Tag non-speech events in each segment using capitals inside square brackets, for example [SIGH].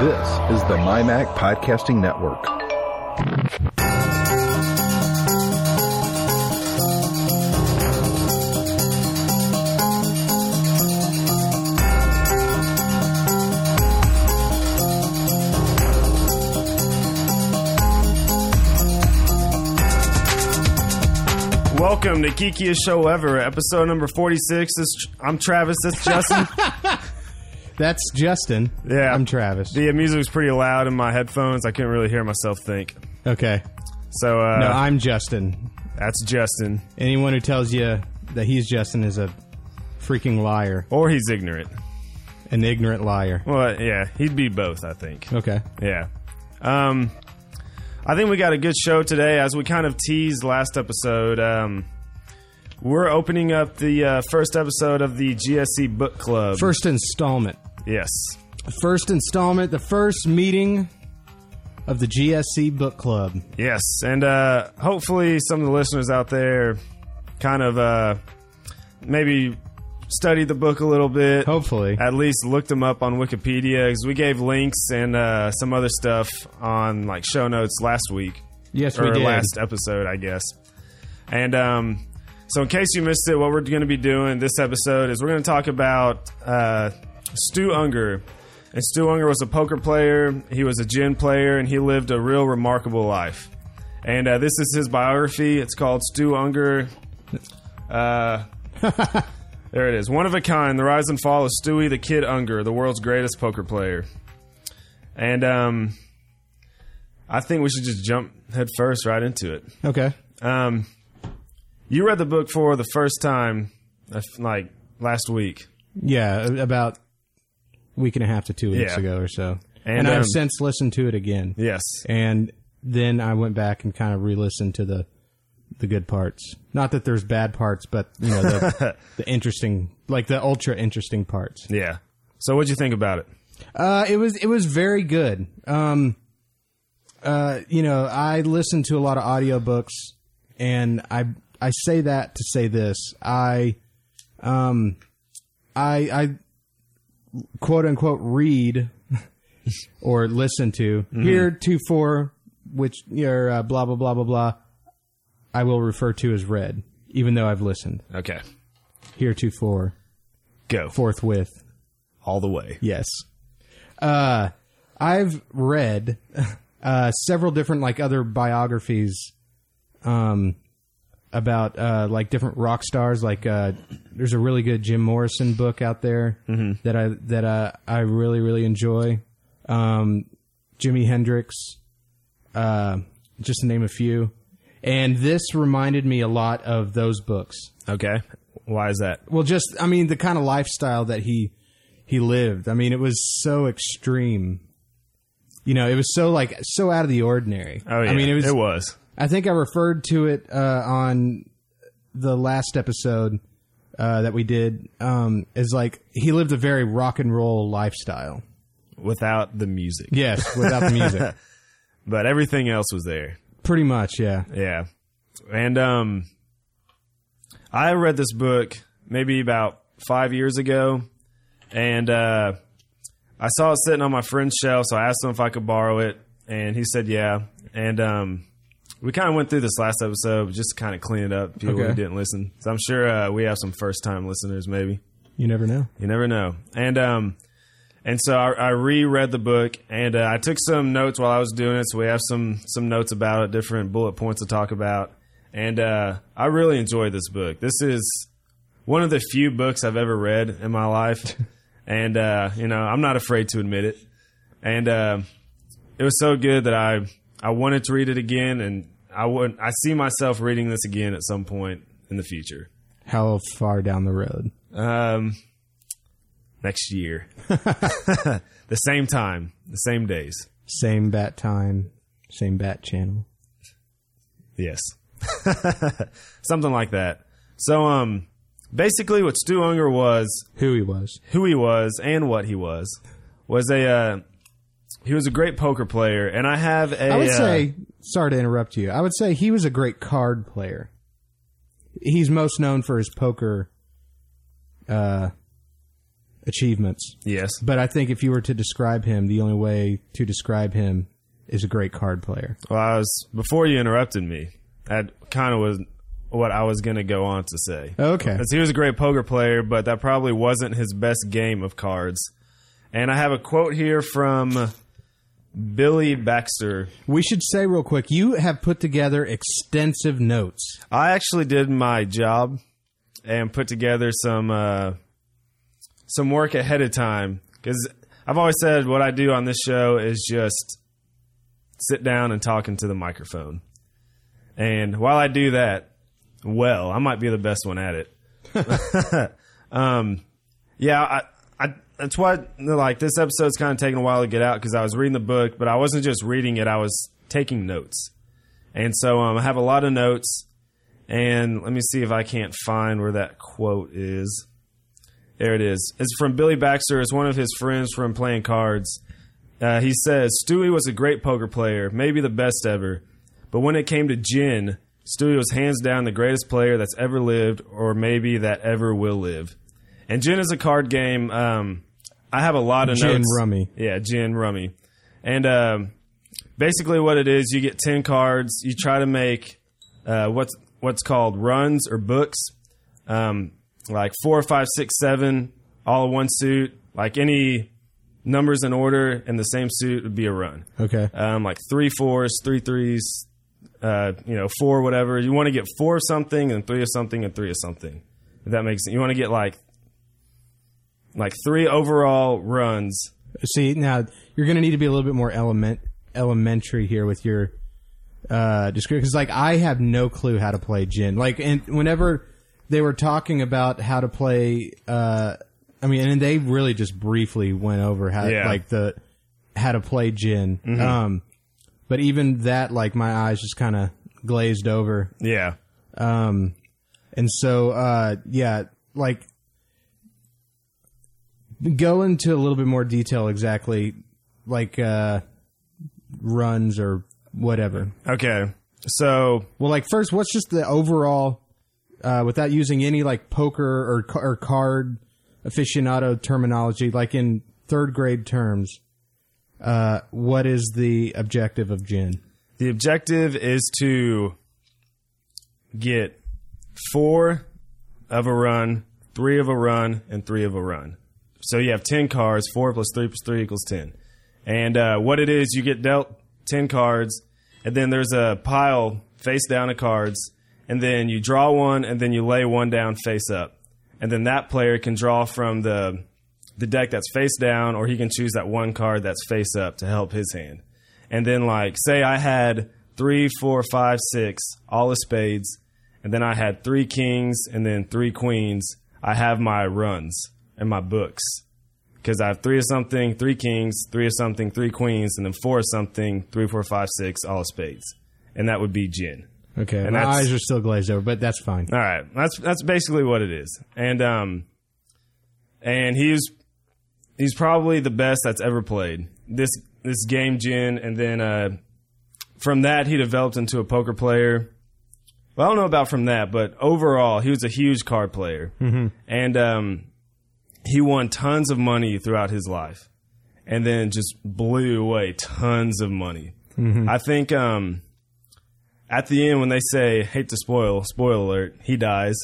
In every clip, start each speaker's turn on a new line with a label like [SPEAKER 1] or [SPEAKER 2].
[SPEAKER 1] This is the MyMac Podcasting Network.
[SPEAKER 2] Welcome to Geekiest Show Ever, episode number 46. This, I'm Travis, that's Justin.
[SPEAKER 3] That's Justin.
[SPEAKER 2] Yeah.
[SPEAKER 3] I'm Travis.
[SPEAKER 2] the music was pretty loud in my headphones. I couldn't really hear myself think.
[SPEAKER 3] okay.
[SPEAKER 2] So uh,
[SPEAKER 3] No, I'm Justin.
[SPEAKER 2] that's Justin.
[SPEAKER 3] Anyone who tells you that he's Justin is a freaking liar,
[SPEAKER 2] Or he's ignorant.
[SPEAKER 3] an ignorant liar.
[SPEAKER 2] Well, yeah, he'd be both, I think.
[SPEAKER 3] Okay.
[SPEAKER 2] Yeah. Um, I think we got a good show today. As we kind of teased last episode, um, we're opening up the uh, first episode of the GSC Book Club.
[SPEAKER 3] First installment.
[SPEAKER 2] Yes.
[SPEAKER 3] First installment, the first meeting of the GSC Book Club.
[SPEAKER 2] Yes. And uh, hopefully, some of the listeners out there kind of uh, maybe studied the book a little bit.
[SPEAKER 3] Hopefully.
[SPEAKER 2] At least looked them up on Wikipedia because we gave links and uh, some other stuff on like show notes last week.
[SPEAKER 3] Yes, we
[SPEAKER 2] or
[SPEAKER 3] did.
[SPEAKER 2] last episode, I guess. And um, so, in case you missed it, what we're going to be doing this episode is we're going to talk about uh, Stu Unger. And Stu Unger was a poker player, he was a gin player, and he lived a real remarkable life. And uh, this is his biography. It's called Stu Unger.
[SPEAKER 3] [LAUGHS]
[SPEAKER 2] Uh, there it is. One of a kind The Rise and Fall of Stewie the Kid Unger, the world's greatest poker player. And um, I think we should just jump headfirst right into it.
[SPEAKER 3] Okay.
[SPEAKER 2] Um, you read the book for the first time, uh, like last week.
[SPEAKER 3] Yeah, a- about a week and a half to two weeks
[SPEAKER 2] Yeah.
[SPEAKER 3] ago or so.
[SPEAKER 2] And,
[SPEAKER 3] And, I've
[SPEAKER 2] um,
[SPEAKER 3] since listened to it again.
[SPEAKER 2] Yes,
[SPEAKER 3] and then I went back and kind of re-listened to the the good parts. Not that there's bad parts, but you know the, the interesting, like the ultra interesting parts.
[SPEAKER 2] yeah. So what'd you think about it?
[SPEAKER 3] Uh, it was it was very good. Um, uh, you know, I listen to a lot of audiobooks, and I I say that to say this. I, um, I I quote unquote read [LAUGHS] or listen to here two four, which your uh, blah blah blah blah blah. I will refer to as read, even though I've listened
[SPEAKER 2] Okay,
[SPEAKER 3] here two four
[SPEAKER 2] go
[SPEAKER 3] forthwith.
[SPEAKER 2] all the way.
[SPEAKER 3] Yes. Uh, I've read uh, several different like other biographies um, about uh, like different rock stars. Like uh, there's a really good Jim Morrison book out there that I that uh, I really really enjoy. Um, Jimi Hendrix, uh, just to name a few. And this reminded me a lot of those books
[SPEAKER 2] Okay, why is that?
[SPEAKER 3] well just i mean the kind of lifestyle that he he lived i mean it was so extreme you know it was so like so out of the ordinary
[SPEAKER 2] Oh yeah,
[SPEAKER 3] i mean it was,
[SPEAKER 2] It was.
[SPEAKER 3] i think i referred to it uh on the last episode uh that we did um is like he lived a very rock and roll lifestyle
[SPEAKER 2] without the music.
[SPEAKER 3] yes [LAUGHS] without the music
[SPEAKER 2] but everything else was there.
[SPEAKER 3] pretty much yeah
[SPEAKER 2] Yeah. And um I read this book maybe about five years ago and uh I saw it sitting on my friend's shelf, so I asked him if I could borrow it and he said yeah. And um we kind of went through this last episode just to kind of clean it up, people who
[SPEAKER 3] Okay.
[SPEAKER 2] didn't listen. So I'm sure uh, we have some first time listeners maybe.
[SPEAKER 3] you never know
[SPEAKER 2] You never know. And um, and so I, I reread the book, and uh, I took some notes while I was doing it. So we have some some notes about it, different bullet points to talk about. And uh, I really enjoyed this book. This is one of the few books I've ever read in my life, and uh, you know I'm not afraid to admit it. And uh, it was so good that I I wanted to read it again, and I would I see myself reading this again at some point in the future.
[SPEAKER 3] how far down the road
[SPEAKER 2] Um, next year,
[SPEAKER 3] [LAUGHS]
[SPEAKER 2] the same time, the same days.
[SPEAKER 3] same bat time same bat channel [LAUGHS]
[SPEAKER 2] Yes, something like that. So, um, basically, what Stu Unger was,
[SPEAKER 3] who he was
[SPEAKER 2] who he was, and what he was, was a uh, he was a great poker player, and I have a.
[SPEAKER 3] I would
[SPEAKER 2] uh,
[SPEAKER 3] say, sorry to interrupt you. I would say he was a great card player. He's most known for his poker uh, achievements.
[SPEAKER 2] Yes.
[SPEAKER 3] But I think if you were to describe him, the only way to describe him is a great card player.
[SPEAKER 2] Well, I was before you interrupted me. That kind of was what I was going to go on to say.
[SPEAKER 3] Okay.
[SPEAKER 2] 'Cause he was a great poker player, but that probably wasn't his best game of cards. And I have a quote here from Billy Baxter.
[SPEAKER 3] We should say real quick, you have put together extensive notes.
[SPEAKER 2] I actually did my job and put together some uh, some work ahead of time because I've always said what I do on this show is just sit down and talk into the microphone. And while I do that, well, I might be the best one at it. [LAUGHS] um, yeah, I, I, that's why like this episode's kind of taking a while to get out because I was reading the book, but I wasn't just reading it; I was taking notes. And so um, I have a lot of notes. And let me see if I can't find where that quote is. There it is. It's from Billy Baxter. It's one of his friends from playing cards. Uh, he says Stewie was a great poker player, maybe the best ever. But when it came to gin, Stewie was hands down the greatest player that's ever lived, or maybe that ever will live. And gin is a card game. Um, I have a lot of
[SPEAKER 3] Gin
[SPEAKER 2] notes.
[SPEAKER 3] rummy.
[SPEAKER 2] Yeah, gin rummy. And um, basically, what it is, you get ten cards. You try to make uh, what's what's called runs or books, um, like four, five, six, seven, all in one suit. Like any numbers in order in the same suit would be a run.
[SPEAKER 3] Okay.
[SPEAKER 2] Um, like three fours, three threes, uh, you know, four whatever. You want to get four of something and three of something and three of something. If that makes sense. You want to get like like three overall runs.
[SPEAKER 3] See, now you're going to need to be a little bit more element elementary here with your uh description cuz like I have no clue how to play gin. Like and whenever they were talking about how to play uh I mean and they really just briefly went over how
[SPEAKER 2] Yeah.
[SPEAKER 3] like the how to play gin. Um but even that like my eyes just kind of glazed over
[SPEAKER 2] Yeah.
[SPEAKER 3] um, and so, uh, yeah, like go into a little bit more detail exactly, like uh, runs or whatever.
[SPEAKER 2] Okay. So
[SPEAKER 3] Well, like first, what's just the overall, uh, without using any like poker or ca- or card aficionado terminology, like in third grade terms. Uh, what is the objective of gin?
[SPEAKER 2] The objective is to get four of a run, three of a run, and three of a run. So you have 10 cards, four plus three plus three equals 10. And uh, what it is, you get dealt 10 cards, and then there's a pile face down of cards, and then you draw one, and then you lay one down face up. And then that player can draw from the the deck that's face down, or he can choose that one card that's face up to help his hand. And then, like, say I had three, four, five, six, all the spades, and then I had three kings and then three queens. I have my runs and my books because I have three of something, three kings, three of something, three queens, and then four of something, three, four, five, six, all spades, and that would be gin.
[SPEAKER 3] Okay,
[SPEAKER 2] And
[SPEAKER 3] my
[SPEAKER 2] that's-
[SPEAKER 3] eyes are still glazed over, but that's fine.
[SPEAKER 2] All right, that's that's basically what it is, and um, and he's he's probably the best that's ever played this this game, Jin, and then uh, from that he developed into a poker player. Well, I don't know about from that, but overall he was a huge card player, mm-hmm. and um, he won tons of money throughout his life, and then just blew away tons of money. I think um at the end when they say hate to spoil spoiler alert he dies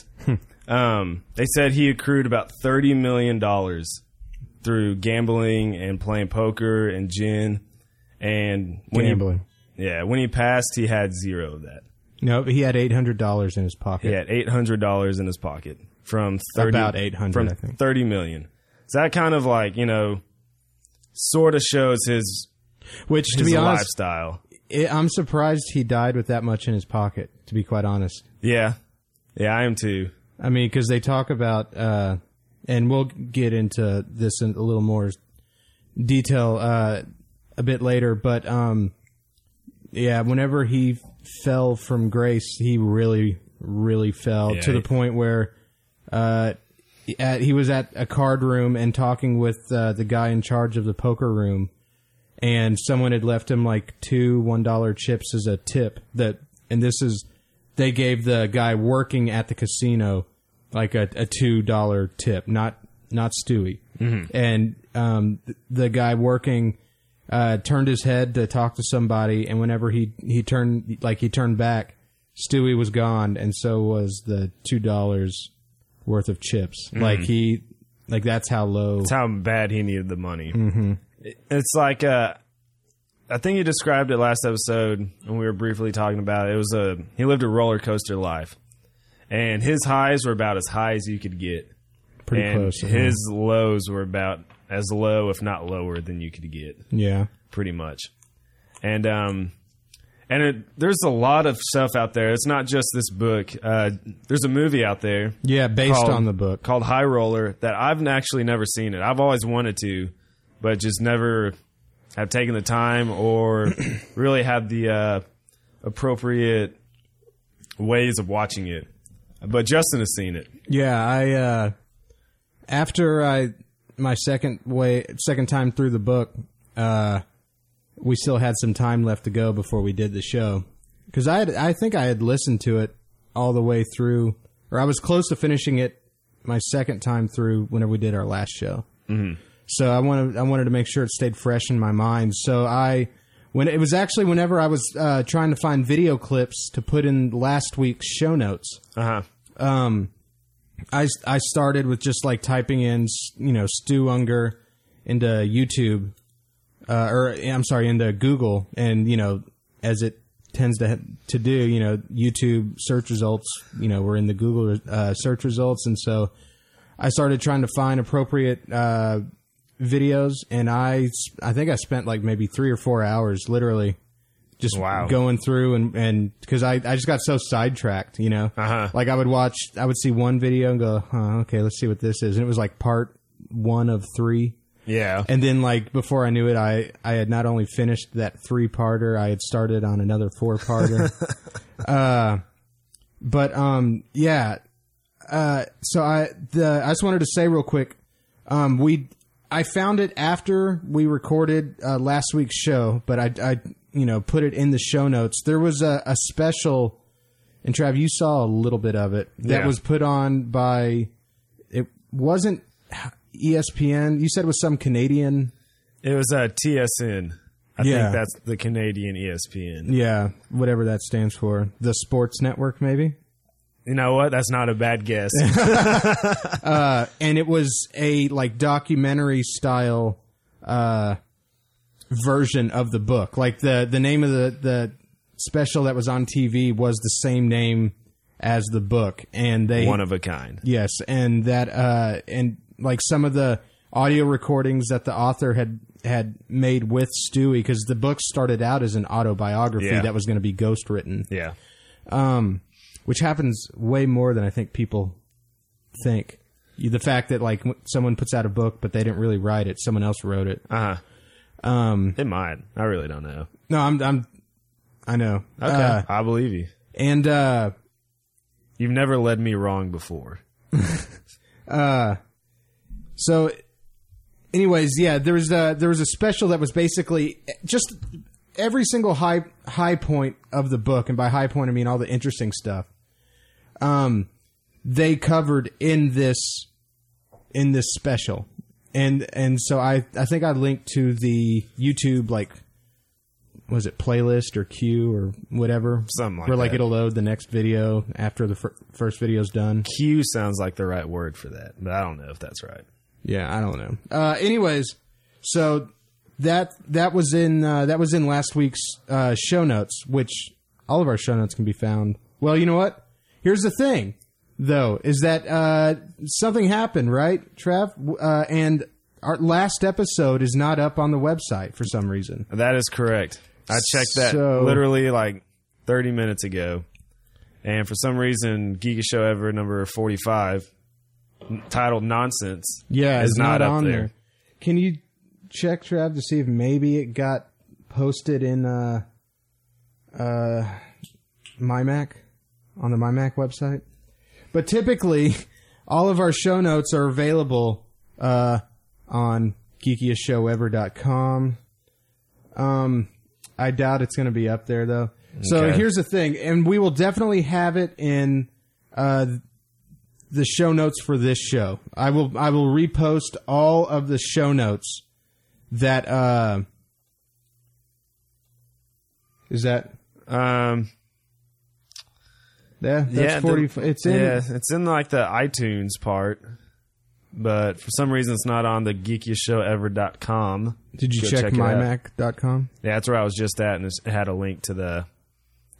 [SPEAKER 2] um, they said he accrued about 30 million dollars through gambling and playing poker and gin and when
[SPEAKER 3] Gambling.
[SPEAKER 2] He, yeah when he passed he had zero of that
[SPEAKER 3] No, he had eight hundred dollars in his pocket.
[SPEAKER 2] he had eight hundred dollars in his pocket from 30,
[SPEAKER 3] About 800,
[SPEAKER 2] from
[SPEAKER 3] I think.
[SPEAKER 2] thirty million. So that kind of like you know, sort of shows his
[SPEAKER 3] Which, to
[SPEAKER 2] his
[SPEAKER 3] be honest,
[SPEAKER 2] lifestyle.
[SPEAKER 3] it, I'm surprised he died with that much in his pocket. To be quite honest,
[SPEAKER 2] Yeah, yeah, I am too.
[SPEAKER 3] I mean, because they talk about, uh, and we'll get into this in a little more detail uh, a bit later. But um, yeah, whenever he fell from grace, he really, really fell
[SPEAKER 2] Yeah,
[SPEAKER 3] to the
[SPEAKER 2] he-
[SPEAKER 3] point where uh, at, he was at a card room and talking with uh, the guy in charge of the poker room. and someone had left him like two one dollar chips as a tip that and this is they gave the guy working at the casino like a, a two dollar tip not not Stewie.
[SPEAKER 2] Mm-hmm.
[SPEAKER 3] And um, th- the guy working uh, turned his head to talk to somebody, and whenever he he turned like he turned back, Stewie was gone, and so was the two dollars worth of chips.
[SPEAKER 2] Mm-hmm.
[SPEAKER 3] Like he, like that's how low.
[SPEAKER 2] It's how bad he needed the money. Mm-hmm. It's like uh, I think you described it last episode when we were briefly talking about it. It was a he lived a roller coaster life, and his highs were about as high as you could get,
[SPEAKER 3] pretty
[SPEAKER 2] and
[SPEAKER 3] close.
[SPEAKER 2] his lows were about as low, if not lower, than you could get,
[SPEAKER 3] yeah.
[SPEAKER 2] pretty much. And um, and it, there's a lot of stuff out there. It's not just this book. Uh, there's a movie out there
[SPEAKER 3] Yeah, based
[SPEAKER 2] called-
[SPEAKER 3] on the book.
[SPEAKER 2] called High Roller that I've actually never seen it. I've always wanted to, but just never have taken the time or [CLEARS THROAT] really had the uh, appropriate ways of watching it. But Justin has seen it.
[SPEAKER 3] Yeah, I uh after I my second way second time through the book, uh we still had some time left to go before we did the show. Cuz I had, I think I had listened to it all the way through or I was close to finishing it my second time through whenever we did our last show. Mm-hmm. So I wanted I wanted to make sure it stayed fresh in my mind. So I when it was actually whenever I was uh, trying to find video clips to put in last week's show notes.
[SPEAKER 2] Uh huh.
[SPEAKER 3] I, I started with just like typing in you know Stu Unger into YouTube, uh, or I'm sorry, into Google, and you know as it tends to to do, you know YouTube search results, you know we're in the Google uh, search results, and so I started trying to find appropriate uh, videos, and I s- I think I spent like maybe three or four hours literally. Just
[SPEAKER 2] Wow.
[SPEAKER 3] going through and and because I, I just got so sidetracked, you know.
[SPEAKER 2] Uh-huh.
[SPEAKER 3] Like I would watch, I would see one video and go, huh, okay, let's see what this is. And it was like part one of three.
[SPEAKER 2] Yeah.
[SPEAKER 3] And then like before I knew it, I, I had not only finished that three parter, I had started on another four parter. uh, but, um, yeah. Uh, so I, the, I just wanted to say real quick, um, we, I found it after we recorded, uh, last week's show, but I, I, you know, put it in the show notes. There was a, a special, and Trav, you saw a little bit of it that
[SPEAKER 2] Yeah.
[SPEAKER 3] was put on by, it wasn't E ESPN. You said it was some Canadian.
[SPEAKER 2] It was uh, TSN. I
[SPEAKER 3] Yeah.
[SPEAKER 2] think that's the Canadian E ESPN.
[SPEAKER 3] Yeah, whatever that stands for. The Sports Network, maybe?
[SPEAKER 2] You know what? That's not a bad
[SPEAKER 3] [LAUGHS]
[SPEAKER 2] guess.
[SPEAKER 3] And it was a like documentary style uh version of the book. Like the the name of the the special that was on TV was the same name as the book and they
[SPEAKER 2] One of a kind.
[SPEAKER 3] Yes, and that uh and like some of the audio recordings that the author had had made with Stewie because the book started out as an autobiography
[SPEAKER 2] Yeah.
[SPEAKER 3] that was going to be ghost written.
[SPEAKER 2] Yeah.
[SPEAKER 3] which happens way more than I think people think. You- The fact that like w- someone puts out a book, but they didn't really write it; someone else wrote it.
[SPEAKER 2] Uh huh. Um, it might. I really don't know.
[SPEAKER 3] No, I'm, I'm, I know.
[SPEAKER 2] Okay.
[SPEAKER 3] Uh,
[SPEAKER 2] I believe you.
[SPEAKER 3] and uh,
[SPEAKER 2] You've never led me wrong before.
[SPEAKER 3] so, anyways, yeah, there was a there was a special that was basically just every single high high point of the book, and by high point I mean all the interesting stuff. Um, they covered in this in this special, and and so I I think I linked to the YouTube like was it playlist or queue or whatever
[SPEAKER 2] Something like
[SPEAKER 3] where like
[SPEAKER 2] that.
[SPEAKER 3] it'll load the next video after the fir- first video's done.
[SPEAKER 2] Q sounds like the right word for that, but I don't know if that's right.
[SPEAKER 3] Yeah, I don't know. Uh, anyways, so that that was in uh, that was in last week's uh, show notes, which all of our show notes can be found. Well, you know what? Here's the thing, though, is that uh, something happened, right, Trav? W- Uh, and our last episode is not up on the website for some reason.
[SPEAKER 2] That is correct. I checked that
[SPEAKER 3] So-
[SPEAKER 2] literally like 30 minutes ago. And for some reason, Giga Show Ever number 45, n- titled Nonsense,
[SPEAKER 3] Yeah,
[SPEAKER 2] is
[SPEAKER 3] it's
[SPEAKER 2] not,
[SPEAKER 3] not,
[SPEAKER 2] up
[SPEAKER 3] on
[SPEAKER 2] there.
[SPEAKER 3] there. Can you check Trav to see if maybe it got posted in uh uh MyMac on the MyMac website? But typically [LAUGHS] all of our show notes are available uh on geekiestshowEver.com. Um I doubt it's going to be up there though. So
[SPEAKER 2] Okay.
[SPEAKER 3] here's the thing and we will definitely have it in uh the show notes for this show. I will I will repost all of the show notes that uh is that
[SPEAKER 2] Um,
[SPEAKER 3] yeah, that's
[SPEAKER 2] yeah,
[SPEAKER 3] forty.
[SPEAKER 2] the-
[SPEAKER 3] it's in.
[SPEAKER 2] Yeah, it's in like the iTunes part, but for some reason it's not on the geekiestshowever.com.
[SPEAKER 3] Did you
[SPEAKER 2] Go
[SPEAKER 3] check,
[SPEAKER 2] check it out.
[SPEAKER 3] mymac.com?
[SPEAKER 2] Yeah, that's where I was just at, and it's- it had a link to the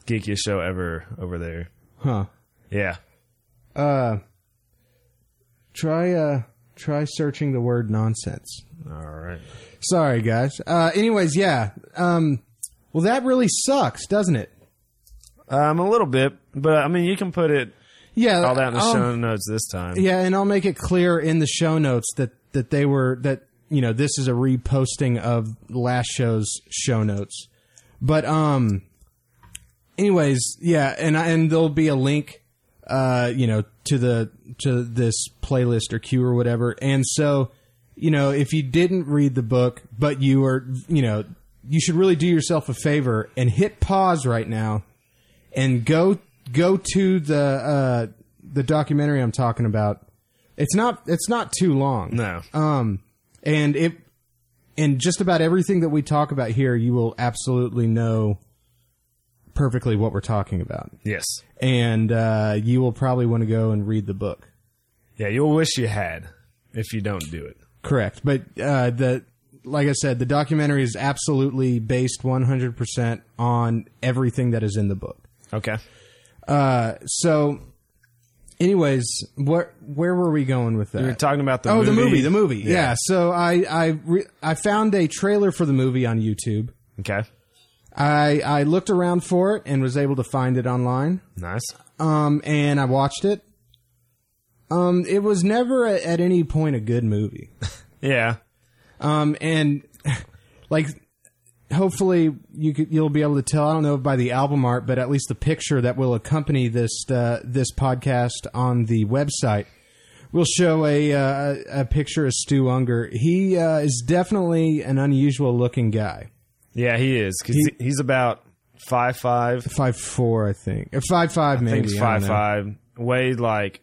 [SPEAKER 2] geekiest show ever over there.
[SPEAKER 3] Huh.
[SPEAKER 2] Yeah,
[SPEAKER 3] Uh, try uh try searching the word nonsense.
[SPEAKER 2] all right.
[SPEAKER 3] Sorry, guys. Uh, anyways, yeah. Um, well, that really sucks, doesn't it?
[SPEAKER 2] Um, a little bit, but I mean, you can put it
[SPEAKER 3] Yeah.
[SPEAKER 2] all that in the
[SPEAKER 3] um,
[SPEAKER 2] show notes this time.
[SPEAKER 3] Yeah, and I'll make it clear in the show notes that that they were that you know this is a reposting of last show's show notes. But um, anyways, yeah, and I, and there'll be a link, uh, you know, to the to this playlist or queue or whatever. And so, you know, if you didn't read the book, but you were, you know, you should really do yourself a favor and hit pause right now and go go to the uh, the documentary I'm talking about. It's not it's not too long.
[SPEAKER 2] No.
[SPEAKER 3] Um, and it and just about everything that we talk about here, you will absolutely know perfectly what we're talking about,
[SPEAKER 2] Yes.
[SPEAKER 3] and uh, you will probably want to go and read the book.
[SPEAKER 2] Yeah, you'll wish you had if you don't do it.
[SPEAKER 3] Correct, but uh, the like I said, the documentary is absolutely based 100 percent on everything that is in the book.
[SPEAKER 2] Okay.
[SPEAKER 3] So, anyways, what where were we going with that?
[SPEAKER 2] You're talking about the
[SPEAKER 3] oh,
[SPEAKER 2] movie.
[SPEAKER 3] the movie, the movie. Yeah. So I I re- I found a trailer for the movie on YouTube.
[SPEAKER 2] Okay.
[SPEAKER 3] I I looked around for it and was able to find it online.
[SPEAKER 2] Nice.
[SPEAKER 3] Um, and I watched it. Um, it was never a, at any point a good movie.
[SPEAKER 2] Yeah.
[SPEAKER 3] Um, and [LAUGHS] like, hopefully you could, you'll be able to tell. I don't know by the album art, but at least the picture that will accompany this uh, this podcast on the website will show a uh, a picture of Stu Unger. He uh, is definitely an unusual looking guy.
[SPEAKER 2] Yeah, he is. 'cause he, he's about five five.
[SPEAKER 3] Five four, I think. Or five five,
[SPEAKER 2] I
[SPEAKER 3] maybe.
[SPEAKER 2] think he's
[SPEAKER 3] I don't
[SPEAKER 2] five
[SPEAKER 3] know.
[SPEAKER 2] five. Weighed like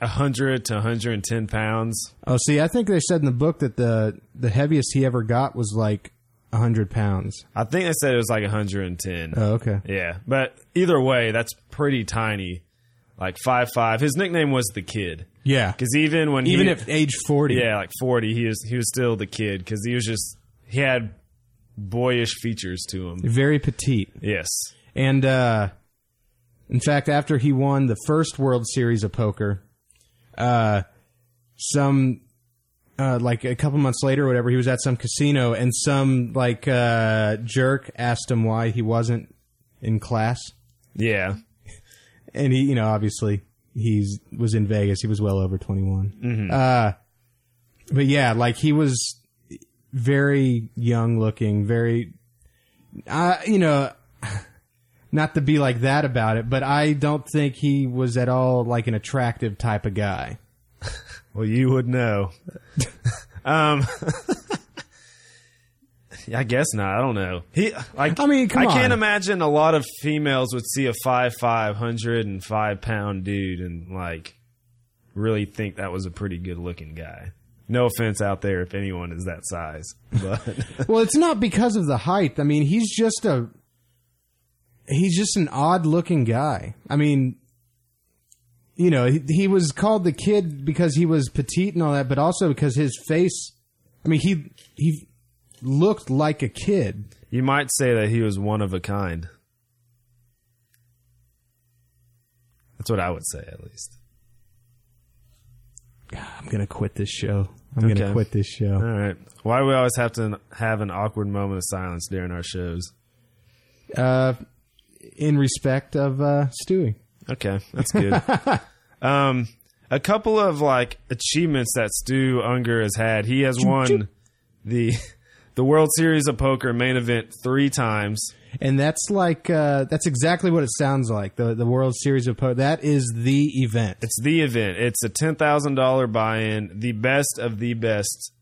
[SPEAKER 2] hundred to hundred and ten pounds.
[SPEAKER 3] Oh, see, I think they said in the book that the the heaviest he ever got was like hundred pounds.
[SPEAKER 2] I think they said it was like hundred and ten.
[SPEAKER 3] Oh, okay.
[SPEAKER 2] Yeah, but either way, that's pretty tiny. Like five five. His nickname was the kid
[SPEAKER 3] Yeah.
[SPEAKER 2] because even when
[SPEAKER 3] Even
[SPEAKER 2] he,
[SPEAKER 3] if age forty.
[SPEAKER 2] yeah like forty, he was he was still the kid because he was just he had boyish features to him.
[SPEAKER 3] Very petite.
[SPEAKER 2] Yes.
[SPEAKER 3] And uh, in fact, after he won the first World Series of Poker, uh, some uh, like a couple months later, or whatever, he was at some casino, and some like uh, jerk asked him why he wasn't in class,
[SPEAKER 2] Yeah.
[SPEAKER 3] and he, you know, obviously he's was in Vegas. He was well over twenty
[SPEAKER 2] Mm-hmm.
[SPEAKER 3] Uh, but yeah, like he was very young looking, very, uh, you know, [SIGHS] not to be like that about it, but I don't think he was at all like an attractive type of guy.
[SPEAKER 2] Well, you would
[SPEAKER 3] [LAUGHS]
[SPEAKER 2] know. um, [LAUGHS] yeah, I guess not. I don't know. He, like,
[SPEAKER 3] I mean, come
[SPEAKER 2] I can't
[SPEAKER 3] on.
[SPEAKER 2] imagine a lot of females would see a five five hundred and five pound dude and like really think that was a pretty good looking guy. No offense out there if anyone is that size, but [LAUGHS]
[SPEAKER 3] well, it's not because of the height. I mean, he's just a, he's just an odd looking guy. I mean, you know, he, he was called the kid because he was petite and all that, but also because his face, I mean, he, he looked like a kid.
[SPEAKER 2] you might say that he was one of a kind. That's what I would say, at least.
[SPEAKER 3] I'm gonna quit this show. I'm
[SPEAKER 2] Okay.
[SPEAKER 3] gonna quit this show.
[SPEAKER 2] All right. Why do we always have to have an awkward moment of silence during our shows?
[SPEAKER 3] Uh, in respect of uh, Stewie.
[SPEAKER 2] Okay, that's good.
[SPEAKER 3] [LAUGHS]
[SPEAKER 2] um, a couple of like achievements that Stu Unger has had. He has won the the World Series of Poker main event three times.
[SPEAKER 3] And that's like uh, that's exactly what it sounds like. The the World Series of Poker. That is the event.
[SPEAKER 2] It's the event. It's a ten thousand dollar buy in. The best of the best.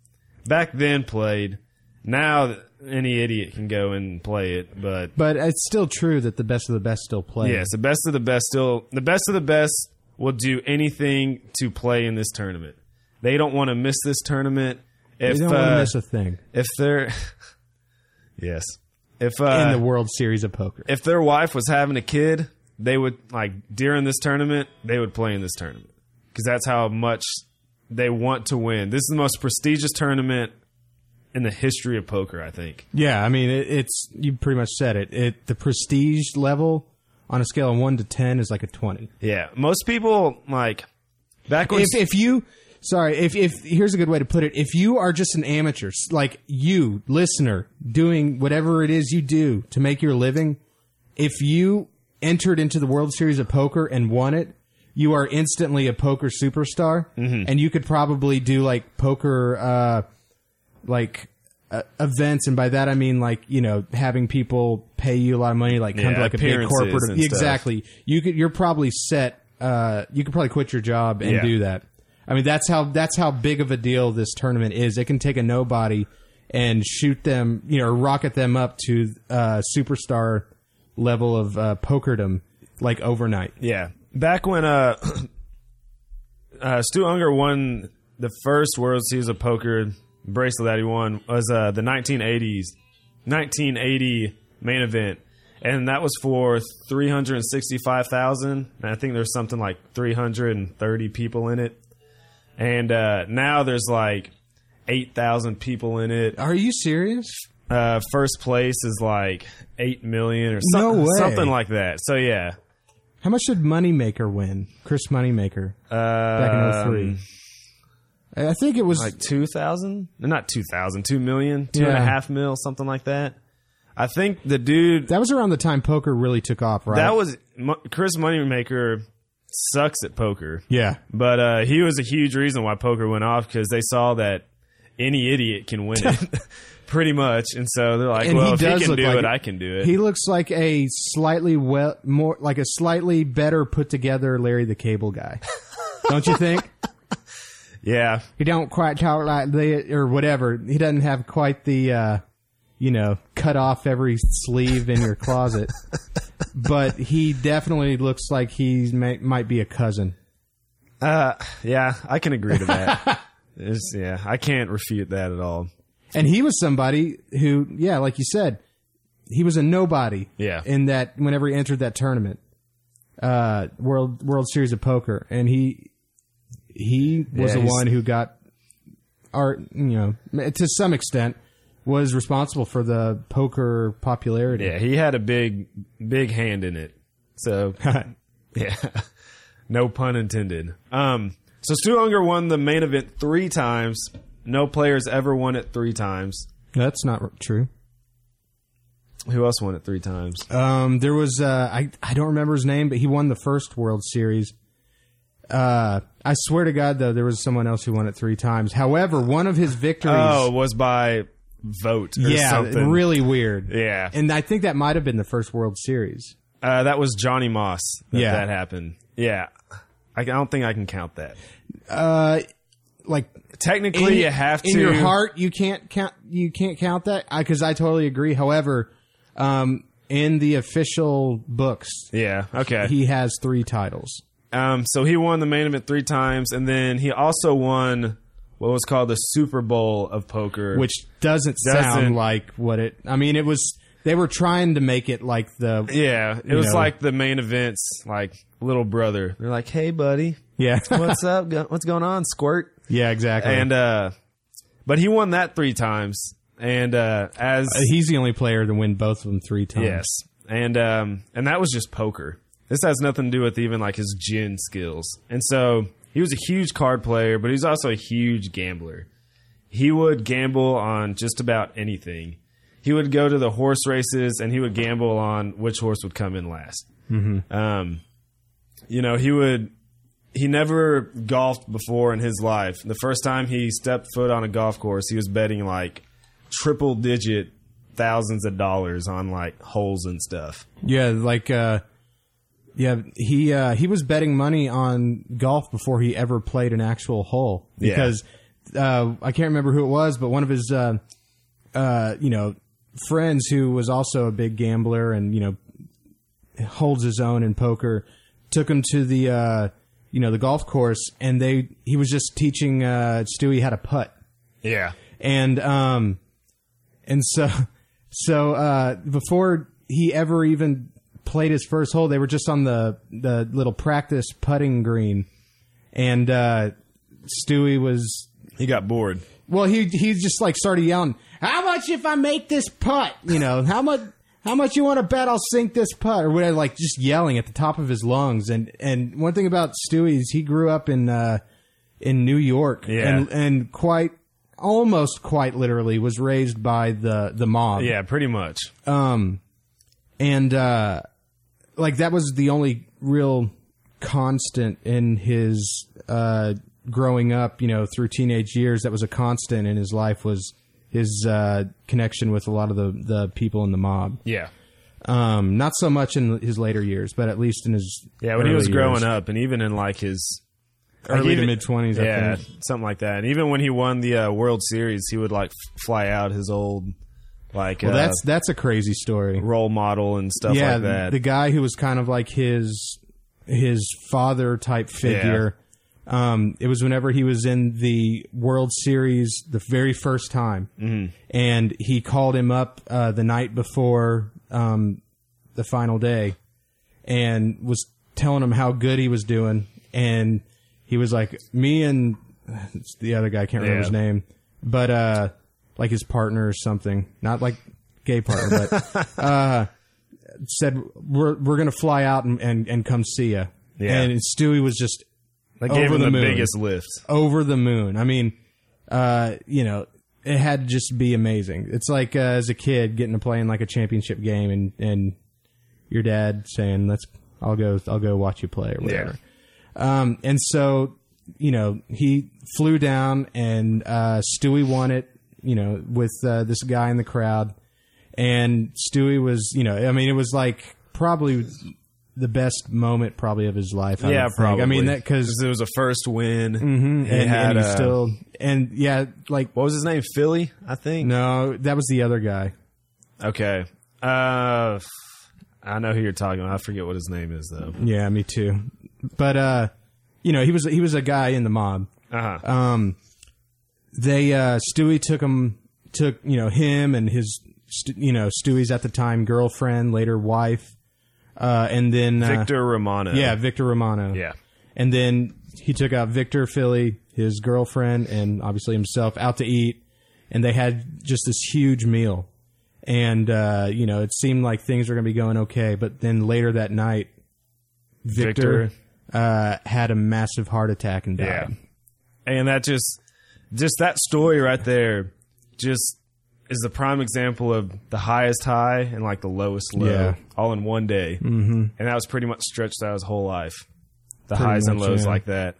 [SPEAKER 2] Back then played. Now any idiot can go and play it, but
[SPEAKER 3] but it's still true that the best of the best still play.
[SPEAKER 2] Yes, the best of the best still the best of the best will do anything to play in this tournament. They don't want to miss this tournament. If
[SPEAKER 3] You don't want
[SPEAKER 2] uh,
[SPEAKER 3] to miss a thing
[SPEAKER 2] if they're [LAUGHS] yes, if uh,
[SPEAKER 3] in the World Series of Poker.
[SPEAKER 2] if their wife was having a kid, they would like during this tournament, they would play in this tournament because that's how much they want to win. This is the most prestigious tournament in the history of poker, I think.
[SPEAKER 3] Yeah, I mean, it, it's you pretty much said it. It the prestige level on a scale of one to ten is like a twenty.
[SPEAKER 2] Yeah, most people like back when
[SPEAKER 3] If if you sorry, if if here's a good way to put it, if you are just an amateur, s- like you listener, doing whatever it is you do to make your living, if you entered into the World Series of Poker and won it. You are instantly a poker superstar,
[SPEAKER 2] Mm-hmm.
[SPEAKER 3] and you could probably do like poker, uh, like uh, events, and by that I mean like you know having people pay you a lot of money, like come to
[SPEAKER 2] Yeah,
[SPEAKER 3] like a big
[SPEAKER 2] appearances
[SPEAKER 3] corporate.
[SPEAKER 2] and stuff.
[SPEAKER 3] Exactly, you could. You're probably set. Uh, you could probably quit your job and
[SPEAKER 2] Yeah.
[SPEAKER 3] do that. I mean, that's how that's how big of a deal this tournament is. It can take a nobody and shoot them, you know, or rocket them up to uh, superstar level of uh, pokerdom like overnight.
[SPEAKER 2] Yeah, back when uh, [CLEARS THROAT] uh, Stu Unger won the first World Series of Poker bracelet that he won was uh, the 1980s, 1980 main event, and that was for three hundred and sixty-five thousand. And I think there's something like three hundred and thirty people in it, and uh, now there's like eight thousand people in it.
[SPEAKER 3] Are you serious?
[SPEAKER 2] Uh, first place is like eight million or
[SPEAKER 3] No
[SPEAKER 2] something,
[SPEAKER 3] way.
[SPEAKER 2] something like that. So yeah.
[SPEAKER 3] How much did Moneymaker win? Chris Moneymaker back in 03. I I think it was
[SPEAKER 2] like 2000 not 2000 2 million two and a half
[SPEAKER 3] Yeah.
[SPEAKER 2] mil something like that i think the dude that,
[SPEAKER 3] that was around the time poker really took off, right?
[SPEAKER 2] was Mo- chris moneymaker sucks at poker
[SPEAKER 3] yeah.
[SPEAKER 2] but uh, he was a huge reason why poker went off because they saw that any idiot can win [LAUGHS] it pretty much and so they're like
[SPEAKER 3] And
[SPEAKER 2] well
[SPEAKER 3] he
[SPEAKER 2] if he
[SPEAKER 3] does
[SPEAKER 2] can
[SPEAKER 3] look
[SPEAKER 2] do
[SPEAKER 3] like
[SPEAKER 2] it
[SPEAKER 3] it.
[SPEAKER 2] i can do it
[SPEAKER 3] He looks like a slightly well, more like a slightly better put together Larry the Cable guy. Don't you think?
[SPEAKER 2] yeah
[SPEAKER 3] He don't quite talk like the or whatever. He doesn't have quite the uh, you know, cut off every sleeve in your closet. but he definitely looks like he may, might be a cousin.
[SPEAKER 2] uh, yeah i can agree to [LAUGHS] that It's- yeah i can't refute that at all
[SPEAKER 3] And he was somebody who, yeah, like you said, he was a nobody.
[SPEAKER 2] Yeah.
[SPEAKER 3] In that, whenever he entered that tournament, uh, World World Series of Poker, and he he was
[SPEAKER 2] Yeah,
[SPEAKER 3] the
[SPEAKER 2] he's-
[SPEAKER 3] one who got, art, you know, to some extent, was responsible for the poker popularity.
[SPEAKER 2] Yeah, he had a big, big hand in it. So, yeah, no pun intended. Um, so Stu Unger won the main event three times. No players ever won it three times.
[SPEAKER 3] [LAUGHS] That's not r- true.
[SPEAKER 2] Who else won it three times?
[SPEAKER 3] Um, there was uh, I I don't remember his name, but he won the first World Series. Uh, I swear to God, though, there was someone else who won it three times. However, one of his victories,
[SPEAKER 2] Oh, was by vote or
[SPEAKER 3] yeah,
[SPEAKER 2] something.
[SPEAKER 3] really weird.
[SPEAKER 2] Yeah.
[SPEAKER 3] and I think that might have been the first World Series.
[SPEAKER 2] Uh, that was Johnny Moss. That,
[SPEAKER 3] Yeah.
[SPEAKER 2] That happened. Yeah. I, I don't think I can count that.
[SPEAKER 3] Uh, like
[SPEAKER 2] Technically,
[SPEAKER 3] in-
[SPEAKER 2] you have to.
[SPEAKER 3] in your heart, you can't count. You can't count that because I, totally agree. However, um, in the official books,
[SPEAKER 2] Yeah. Okay.
[SPEAKER 3] he has three titles.
[SPEAKER 2] Um, so he won the main event three times, and then he also won what was called the Super Bowl of poker,
[SPEAKER 3] which doesn't,
[SPEAKER 2] Doesn't-
[SPEAKER 3] sound like what it. I mean, it was they were trying to make it like the
[SPEAKER 2] yeah, it was
[SPEAKER 3] know.
[SPEAKER 2] like the main events, like little brother. They're like, "Hey, buddy,
[SPEAKER 3] yeah
[SPEAKER 2] what's up? Go- What's going on, Squirt?"
[SPEAKER 3] [LAUGHS] yeah exactly.
[SPEAKER 2] And uh, but he won that three times, and uh, as
[SPEAKER 3] he's the only player to win both of them three times.
[SPEAKER 2] yes, and um, and that was just poker. This has nothing to do with even like his gin skills, and so he was a huge card player, but he's also a huge gambler. he would gamble on just about anything. He would go to the horse races and he would gamble on which horse would come in last. Mm-hmm. Um, you know, he would. He never golfed before in his life. The first time he stepped foot on a golf course, he was betting like triple digit thousands of dollars on like holes and stuff.
[SPEAKER 3] yeah, like uh, yeah, he uh, he was betting money on golf before he ever played an actual hole
[SPEAKER 2] Yeah.
[SPEAKER 3] because uh, I can't remember who it was, but one of his uh, uh, you know friends who was also a big gambler and you know holds his own in poker took him to the uh, you know, the golf course, and they he was just teaching uh, Stewie how to putt,
[SPEAKER 2] Yeah.
[SPEAKER 3] and um, and so [LAUGHS] so uh, before he ever even played his first hole, they were just on the the little practice putting green, and uh, Stewie was
[SPEAKER 2] He got bored.
[SPEAKER 3] well, he he just like started yelling, "How much if I make this putt? You know, [LAUGHS] how much how much you want to bet I'll sink this putt?" Or whatever, like just yelling at the top of his lungs. And and one thing about Stewie is he grew up in uh, in New York,
[SPEAKER 2] Yeah.
[SPEAKER 3] and and quite almost quite literally was raised by the the mob,
[SPEAKER 2] Yeah, pretty much.
[SPEAKER 3] and uh, like that was the only real constant in his uh, growing up you know through teenage years that was a constant in his life was his uh, connection with a lot of the, the people in the mob
[SPEAKER 2] Yeah.
[SPEAKER 3] um, not so much in his later years but at least in his
[SPEAKER 2] Yeah, when he was
[SPEAKER 3] early
[SPEAKER 2] growing
[SPEAKER 3] years.
[SPEAKER 2] up and even in like his
[SPEAKER 3] early to
[SPEAKER 2] even-
[SPEAKER 3] mid 20s
[SPEAKER 2] yeah,
[SPEAKER 3] i think
[SPEAKER 2] something like that. And even when he won the uh, World Series, he would like f- fly out his old like
[SPEAKER 3] well
[SPEAKER 2] uh,
[SPEAKER 3] that's that's a crazy story
[SPEAKER 2] role model and stuff
[SPEAKER 3] yeah
[SPEAKER 2] like that.
[SPEAKER 3] the guy who was kind of like his his father type figure um it was whenever he was in the world series the very first time
[SPEAKER 2] Mm-hmm.
[SPEAKER 3] mm. and he called him up uh the night before um the final day and was telling him how good he was doing and he was like me and it's the other guy I can't remember
[SPEAKER 2] Yeah.
[SPEAKER 3] his name but uh like his partner or something not like gay partner but said we're we're gonna fly out and and, and come see you.
[SPEAKER 2] Yeah.
[SPEAKER 3] And Stewie was just
[SPEAKER 2] That gave
[SPEAKER 3] over
[SPEAKER 2] him
[SPEAKER 3] the
[SPEAKER 2] the,
[SPEAKER 3] moon.
[SPEAKER 2] biggest lift.
[SPEAKER 3] over the moon. I mean, uh, you know, it had to just be amazing. It's like uh, as a kid getting to play in like a championship game and and your dad saying, "Let's I'll go I'll go watch you play or whatever." Um, and so you know he flew down and uh, Stewie won it. You know, with uh, this guy in the crowd, and Stewie was you know I mean it was like probably. The best moment probably of his life. I
[SPEAKER 2] Yeah,
[SPEAKER 3] would think.
[SPEAKER 2] probably.
[SPEAKER 3] I mean that because
[SPEAKER 2] it was a first win. He
[SPEAKER 3] and,
[SPEAKER 2] had,
[SPEAKER 3] and he
[SPEAKER 2] uh,
[SPEAKER 3] still and yeah, like
[SPEAKER 2] what was his name? Philly, I think.
[SPEAKER 3] no, that was the other guy.
[SPEAKER 2] Okay. Uh, f- I know who you're talking about. I forget what his name is though.
[SPEAKER 3] Yeah, me too. But uh, you know, he was he was a guy in the mob.
[SPEAKER 2] Uh-huh.
[SPEAKER 3] Um, they uh, Stewie took him took you know him and his st- you know Stewie's at the time girlfriend, later wife, uh, and then uh,
[SPEAKER 2] Victor Romano.
[SPEAKER 3] Yeah, Victor Romano.
[SPEAKER 2] Yeah.
[SPEAKER 3] And then he took out Victor Philly, his girlfriend, and obviously himself out to eat. And they had just this huge meal. And, uh, you know, it seemed like things were going to be going okay. But then later that night, Victor,
[SPEAKER 2] Victor.
[SPEAKER 3] Uh, had a massive heart attack and died.
[SPEAKER 2] Yeah. And that just just that story right there just is the prime example of the highest high and like the lowest low
[SPEAKER 3] Yeah.
[SPEAKER 2] all in one day. Mm-hmm. And that was pretty much stretched out his whole life. The highs and
[SPEAKER 3] much,
[SPEAKER 2] lows
[SPEAKER 3] yeah.
[SPEAKER 2] like that.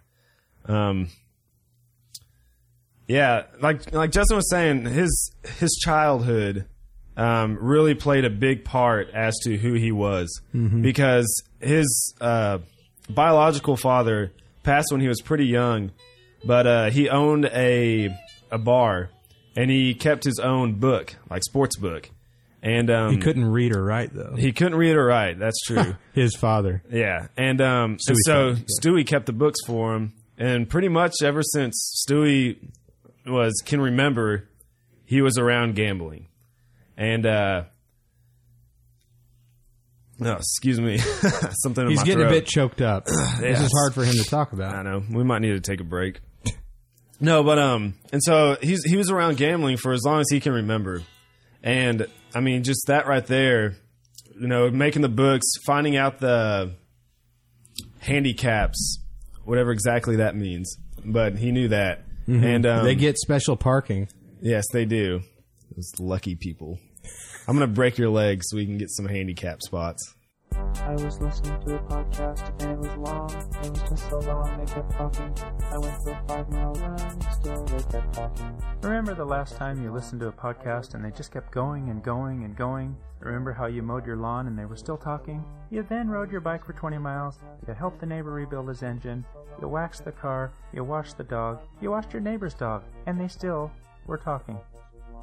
[SPEAKER 2] Um Yeah, like like Justin was saying, his his childhood um, really played a big part as to who he was
[SPEAKER 3] Mm-hmm.
[SPEAKER 2] because his uh, biological father passed when he was pretty young, but uh, he owned a a bar and he kept his own book, like sports book, and um,
[SPEAKER 3] He couldn't read or write, though.
[SPEAKER 2] he couldn't read or write. That's
[SPEAKER 3] [LAUGHS]
[SPEAKER 2] true.
[SPEAKER 3] His father.
[SPEAKER 2] Yeah, and um, and so Stewie kept the books for him, and pretty much ever since Stewie was can remember, he was around gambling, and uh, no, excuse me, [LAUGHS] something. in
[SPEAKER 3] He's
[SPEAKER 2] my
[SPEAKER 3] getting a
[SPEAKER 2] throat.
[SPEAKER 3] bit
[SPEAKER 2] [CLEARS THROAT]
[SPEAKER 3] choked up. This is hard for him to talk
[SPEAKER 2] I
[SPEAKER 3] about.
[SPEAKER 2] know. We might need to take a break. no, but um, and so he's he was around gambling for as long as he can remember, and I mean, just that right there, you know, making the books, finding out the handicaps, whatever exactly that means. But he knew that, and um,
[SPEAKER 3] Mm-hmm. They get special parking.
[SPEAKER 2] yes, they do. Those lucky people. I'm gonna break your legs so we can get some handicap spots.
[SPEAKER 4] I was listening to a podcast and it was long. It was just so long they kept talking. I went for a five mile run, still they kept talking.
[SPEAKER 5] Remember the last time you listened to a podcast and they just kept going and going and going? Remember how you mowed your lawn and they were still talking? You then rode your bike for 20 miles, you helped the neighbor rebuild his engine, you waxed the car, you washed the dog, you washed your neighbor's dog, and they still were talking.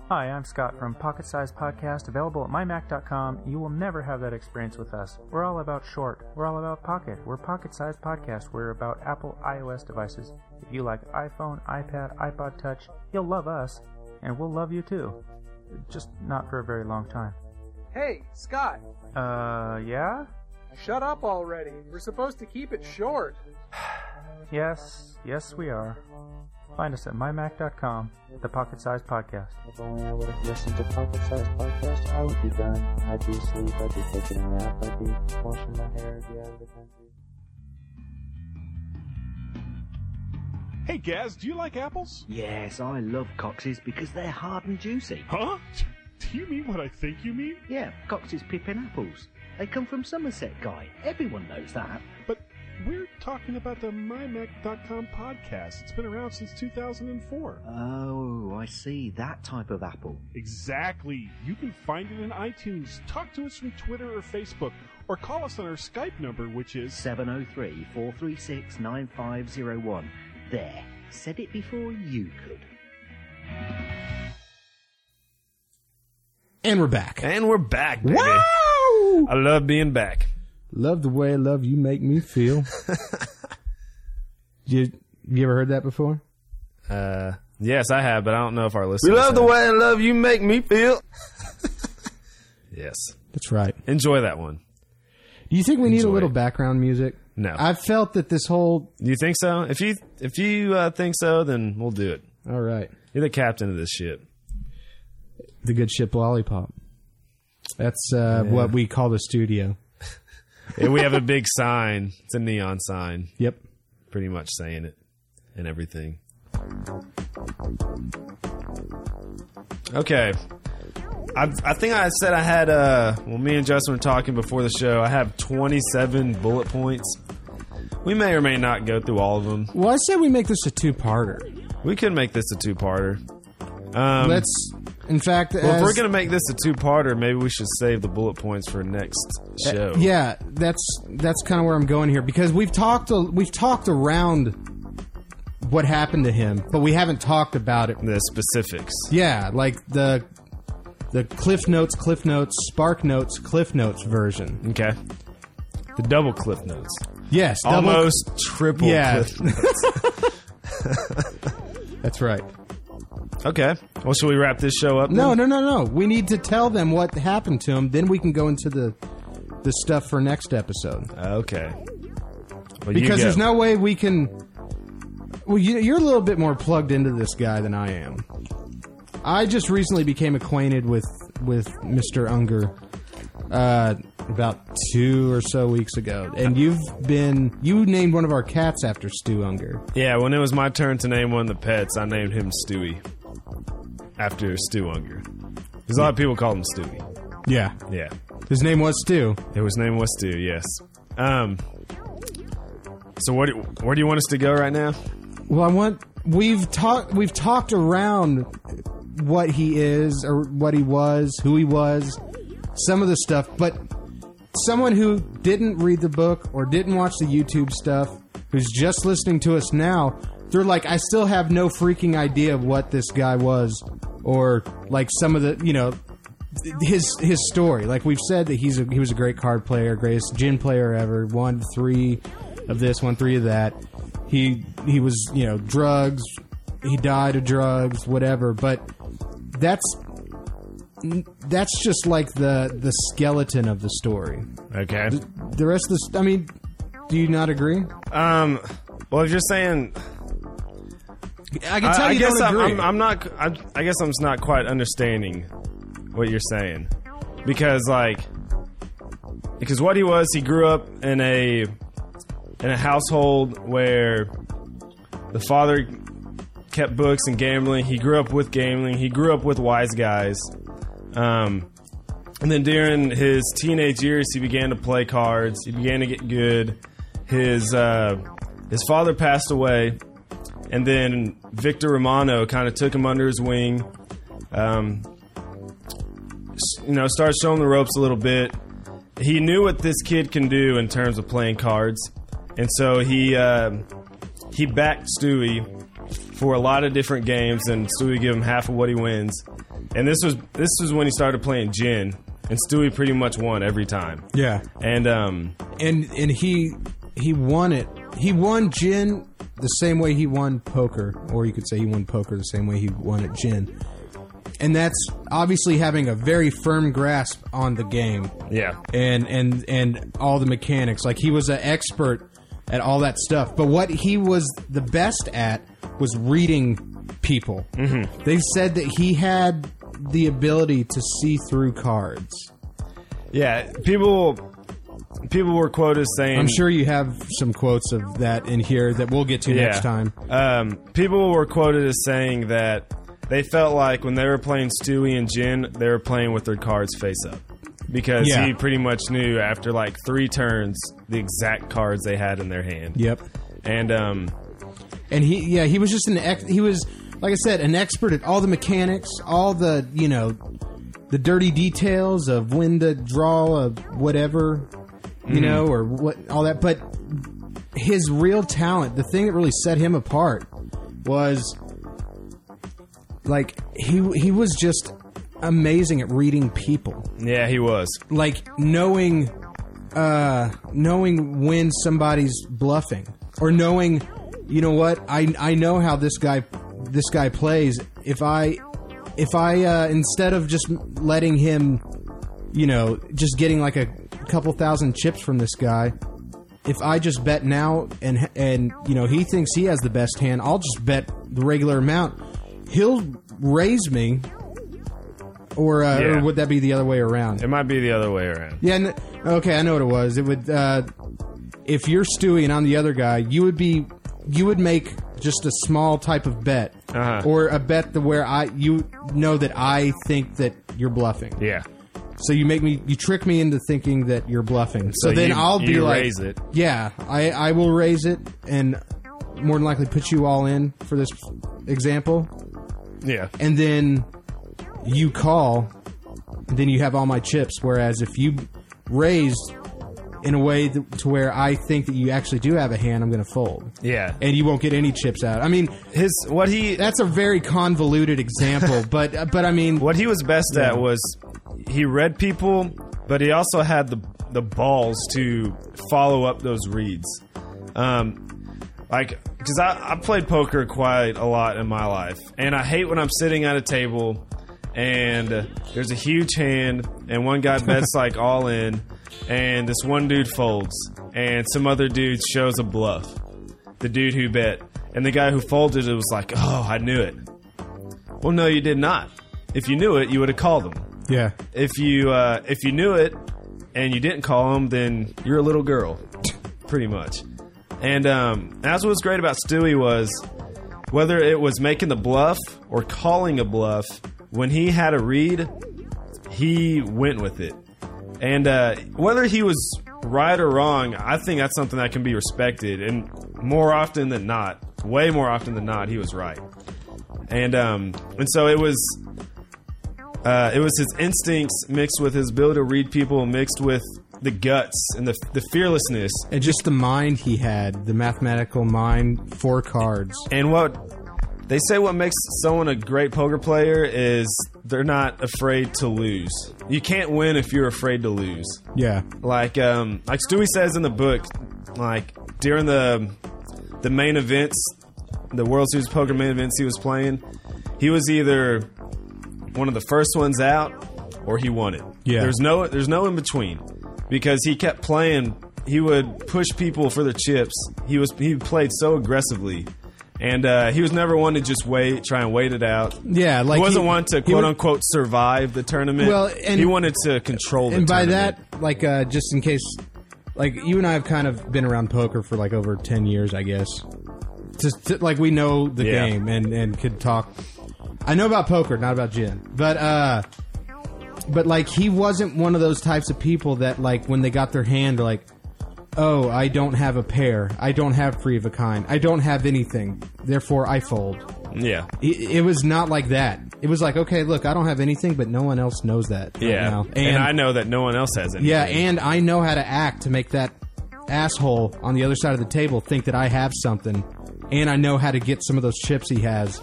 [SPEAKER 5] Hi, I'm Scott from Pocket Size Podcast, available at mymac.com. You will never have that experience with us. We're all about short. We're all about pocket. We're Pocket Size Podcast. We're about Apple iOS devices. If you like iPhone, iPad, iPod Touch, you'll love us, and we'll love you too. Just not for a very long time.
[SPEAKER 6] Hey, Scott,
[SPEAKER 5] Uh, yeah?
[SPEAKER 6] shut up already. We're supposed to keep it short.
[SPEAKER 5] Yes, yes, we are. Find us at mymac.com, the Pocket Size Podcast.
[SPEAKER 4] If only I would have listened to Pocket Size Podcast, I would be done. I'd be asleep, I'd be taking a nap, I'd be washing my hair, I'd be out of the country.
[SPEAKER 7] Hey, Gaz, do you like apples?
[SPEAKER 8] Yes, I love Cox's because they're hard and juicy.
[SPEAKER 7] Huh? Do you mean what I think you mean?
[SPEAKER 8] Yeah, Cox's pippin apples. They come from Somerset, guy. Everyone knows that.
[SPEAKER 7] But we're talking about the MyMac.com podcast. It's been around since 2004.
[SPEAKER 8] Oh, I see. That type of apple.
[SPEAKER 7] Exactly. You can find it in iTunes. Talk to us from Twitter or Facebook, or call us on our Skype number, which is
[SPEAKER 8] 703 436 9501. There. Said it before you could.
[SPEAKER 3] And we're back.
[SPEAKER 2] And we're back, baby. I love being back.
[SPEAKER 3] Love the way love you make
[SPEAKER 2] [LAUGHS]
[SPEAKER 3] me feel. you you ever heard that before?
[SPEAKER 2] Uh, yes, I have, but I don't know if our listeners. We love the way I love you make me feel. [LAUGHS] yes,
[SPEAKER 3] That's right.
[SPEAKER 2] enjoy that one.
[SPEAKER 3] Do you think we need
[SPEAKER 2] Enjoy
[SPEAKER 3] a little
[SPEAKER 2] it.
[SPEAKER 3] background music?
[SPEAKER 2] No.
[SPEAKER 3] I felt that this whole
[SPEAKER 2] You think so? If you if you uh, think so, then we'll do it.
[SPEAKER 3] all right,
[SPEAKER 2] You're the captain of this ship.
[SPEAKER 3] the good ship lollipop. That's uh, what we call the studio.
[SPEAKER 2] And we have a big sign. It's a neon sign,
[SPEAKER 3] Yep.
[SPEAKER 2] pretty much saying it and everything. Okay. I, I think I said I had, uh, well, me and Justin were talking before the show. I have 27 bullet points. We may or may not go through all of them.
[SPEAKER 3] Well, I said we make this a two-parter.
[SPEAKER 2] We could make this a two parter. Um,
[SPEAKER 3] Let's. In fact,
[SPEAKER 2] well, if
[SPEAKER 3] as-
[SPEAKER 2] we're going to make this a two parter, maybe we should save the bullet points for next show.
[SPEAKER 3] yeah, that's that's kind of where I'm going here because we've talked a, we've talked around what happened to him, but we haven't talked about it
[SPEAKER 2] The specifics.
[SPEAKER 3] Yeah, like the the Cliff Notes, Cliff Notes, Spark Notes, Cliff Notes version.
[SPEAKER 2] Okay. The double clip notes.
[SPEAKER 3] Yes, double-
[SPEAKER 2] Almost triple
[SPEAKER 3] Yeah.
[SPEAKER 2] clip notes.
[SPEAKER 3] That's right.
[SPEAKER 2] okay. Well, should we wrap this show up?
[SPEAKER 3] No,
[SPEAKER 2] then?
[SPEAKER 3] no, no, no. We need to tell them what happened to him. Then we can go into the the stuff for next episode
[SPEAKER 2] Okay. Well, you
[SPEAKER 3] because
[SPEAKER 2] go.
[SPEAKER 3] there's no way we can. Well, you, you're a little bit more plugged into this guy than I am. I just recently became acquainted with with Mr. Unger uh, about two or so weeks ago, and you've been you named one of our cats after Stu Unger.
[SPEAKER 2] Yeah, when it was my turn to name one of the pets, I named him Stewie. After Stu Unger. Because a lot of people called him Stewie.
[SPEAKER 3] Yeah,
[SPEAKER 2] Yeah.
[SPEAKER 3] his name was Stu.
[SPEAKER 2] It was named was Stu, yes. Um. So what? do- Where do you want us to go right now?
[SPEAKER 3] Well, I want we've talked we've talked around what he is or what he was, who he was, some of the stuff, but someone who didn't read the book or didn't watch the YouTube stuff, who's just listening to us now, they're like I still have no freaking idea of what this guy was or like some of the, you know, his his story. Like we've said that he's a, he was a great card player, greatest gin player ever. Won three of this, won three of that. He he was you know drugs. He died of drugs, whatever. But that's that's just like the the skeleton of the story.
[SPEAKER 2] Okay.
[SPEAKER 3] The rest of the st- I mean, do you not agree?
[SPEAKER 2] Um. Well, if you're saying,
[SPEAKER 3] I can
[SPEAKER 2] I,
[SPEAKER 3] tell
[SPEAKER 2] I
[SPEAKER 3] you
[SPEAKER 2] guess
[SPEAKER 3] don't
[SPEAKER 2] I'm,
[SPEAKER 3] agree.
[SPEAKER 2] I'm, I'm not. I'm, I guess I'm just not quite understanding what you're saying, because like, because what he was, he grew up in a in a household where the father kept books and gambling. He grew up with gambling. He grew up with wise guys. Um, and then during his teenage years, he began to play cards. He began to get good. His uh, his father passed away, and then Victor Romano kind of took him under his wing. Um, s- you know, started showing the ropes a little bit. He knew what this kid can do in terms of playing cards, and so he uh, he backed Stewie for a lot of different games, and Stewie gave him half of what he wins. and this was this was when he started playing Jin, and Stewie pretty much won every time.
[SPEAKER 3] Yeah,
[SPEAKER 2] And um,
[SPEAKER 3] and and he he won it. He won gin the same way he won poker, or you could say he won poker the same way he won at gin. And that's obviously having a very firm grasp on the game
[SPEAKER 2] yeah,
[SPEAKER 3] and and and all the mechanics. Like he was an expert at all that stuff. But what he was the best at was reading people. Mm-hmm. They said that he had the ability to see through cards.
[SPEAKER 2] yeah. People people were quoted saying,
[SPEAKER 3] I'm sure you have some quotes of that in here that we'll get to
[SPEAKER 2] yeah.
[SPEAKER 3] next time.
[SPEAKER 2] Um, people were quoted as saying that they felt like when they were playing Stewie and Jin, they were playing with their cards face up because
[SPEAKER 3] Yeah.
[SPEAKER 2] he pretty much knew after like three turns the exact cards they had in their hand.
[SPEAKER 3] Yep.
[SPEAKER 2] And um,
[SPEAKER 3] And he yeah, he was just an ex- he was like I said, an expert at all the mechanics, all the, you know, the dirty details of when to draw a whatever, you know, or what all that, but his real talent, the thing that really set him apart was like he he was just amazing at reading people.
[SPEAKER 2] yeah, he was.
[SPEAKER 3] like knowing uh knowing when somebody's bluffing or knowing you know what i i know how this guy this guy plays if i if i uh instead of just letting him you know just getting like a couple thousand chips from this guy if i just bet now and and you know he thinks he has the best hand i'll just bet the regular amount he'll raise me or, uh,
[SPEAKER 2] Yeah.
[SPEAKER 3] or would that be the other way around
[SPEAKER 2] It might be the other way around.
[SPEAKER 3] yeah. n- Okay, I know what it was. It would uh, if you're Stewie and I'm the other guy, you would be you would make just a small type of bet
[SPEAKER 2] Uh-huh.
[SPEAKER 3] or a bet the where I you know that I think that you're bluffing.
[SPEAKER 2] Yeah.
[SPEAKER 3] So you make me you trick me into thinking that you're bluffing. So,
[SPEAKER 2] So
[SPEAKER 3] then
[SPEAKER 2] you-
[SPEAKER 3] I'll be
[SPEAKER 2] you
[SPEAKER 3] like,
[SPEAKER 2] raise it.
[SPEAKER 3] yeah, I I will raise it and more than likely put you all in for this example
[SPEAKER 2] Yeah.
[SPEAKER 3] and then you call, then you have all my chips. Whereas if you raised in a way th- to where I think that you actually do have a hand, I'm going to fold,
[SPEAKER 2] Yeah.
[SPEAKER 3] and you won't get any chips out. I mean,
[SPEAKER 2] His what he
[SPEAKER 3] that's a very convoluted example, [LAUGHS] but but I mean,
[SPEAKER 2] what he was best at was he read people, but he also had the the balls to follow up those reads. Um, like, because I, I played poker quite a lot in my life, and I hate when I'm sitting at a table and there's a huge hand, and one guy bets like all in, and this one dude folds, and some other dude shows a bluff. The dude who bet, and the guy who folded it was like, "Oh, I knew it." Well, no, you did not. If you knew it, you would have called them.
[SPEAKER 3] yeah,
[SPEAKER 2] If you uh, if you knew it and you didn't call them, then you're a little girl, pretty much. And um, that's what was great about Stewie was whether it was making the bluff or calling a bluff. When he had a read, he went with it. And uh, whether he was right or wrong, I think that's something that can be respected. And more often than not, way more often than not, he was right. And um, and so it was uh, it was his instincts mixed with his ability to read people, mixed with the guts and the, the fearlessness.
[SPEAKER 3] and just the mind he had, the mathematical mind for cards.
[SPEAKER 2] And what they say what makes someone a great poker player is they're not afraid to lose. You can't win if you're afraid to lose.
[SPEAKER 3] Yeah,
[SPEAKER 2] Like um, like Stewie says in the book, like during the the main events, the World Series Poker main events he was playing, he was either one of the first ones out or he won it.
[SPEAKER 3] Yeah.
[SPEAKER 2] There's no there's no in between because he kept playing. He would push people for their chips. He was he played so aggressively. And uh, he was never one to just wait, try and wait it out.
[SPEAKER 3] Yeah, like
[SPEAKER 2] he wasn't
[SPEAKER 3] he-
[SPEAKER 2] one to
[SPEAKER 3] he
[SPEAKER 2] quote
[SPEAKER 3] would-
[SPEAKER 2] unquote survive the tournament.
[SPEAKER 3] Well, and-
[SPEAKER 2] he wanted to control. The
[SPEAKER 3] and by
[SPEAKER 2] tournament.
[SPEAKER 3] that, like, uh, just in case, like, you and I have kind of been around poker for like over ten years, I guess. Just to- like we know the
[SPEAKER 2] Yeah.
[SPEAKER 3] game and and could talk. I know about poker, not about gin, but uh, but like he wasn't one of those types of people that like when they got their hand, like, oh, I don't have a pair, I don't have three of a kind, I don't have anything, therefore I fold
[SPEAKER 2] Yeah.
[SPEAKER 3] it, it was not like that. It was like, okay, look, I don't have anything, but no one else knows that. right
[SPEAKER 2] Yeah.
[SPEAKER 3] now.
[SPEAKER 2] And, I know that no one else has anything.
[SPEAKER 3] yeah, and I know how to act to make that asshole on the other side of the table think that I have something, and I know how to get some of those chips he has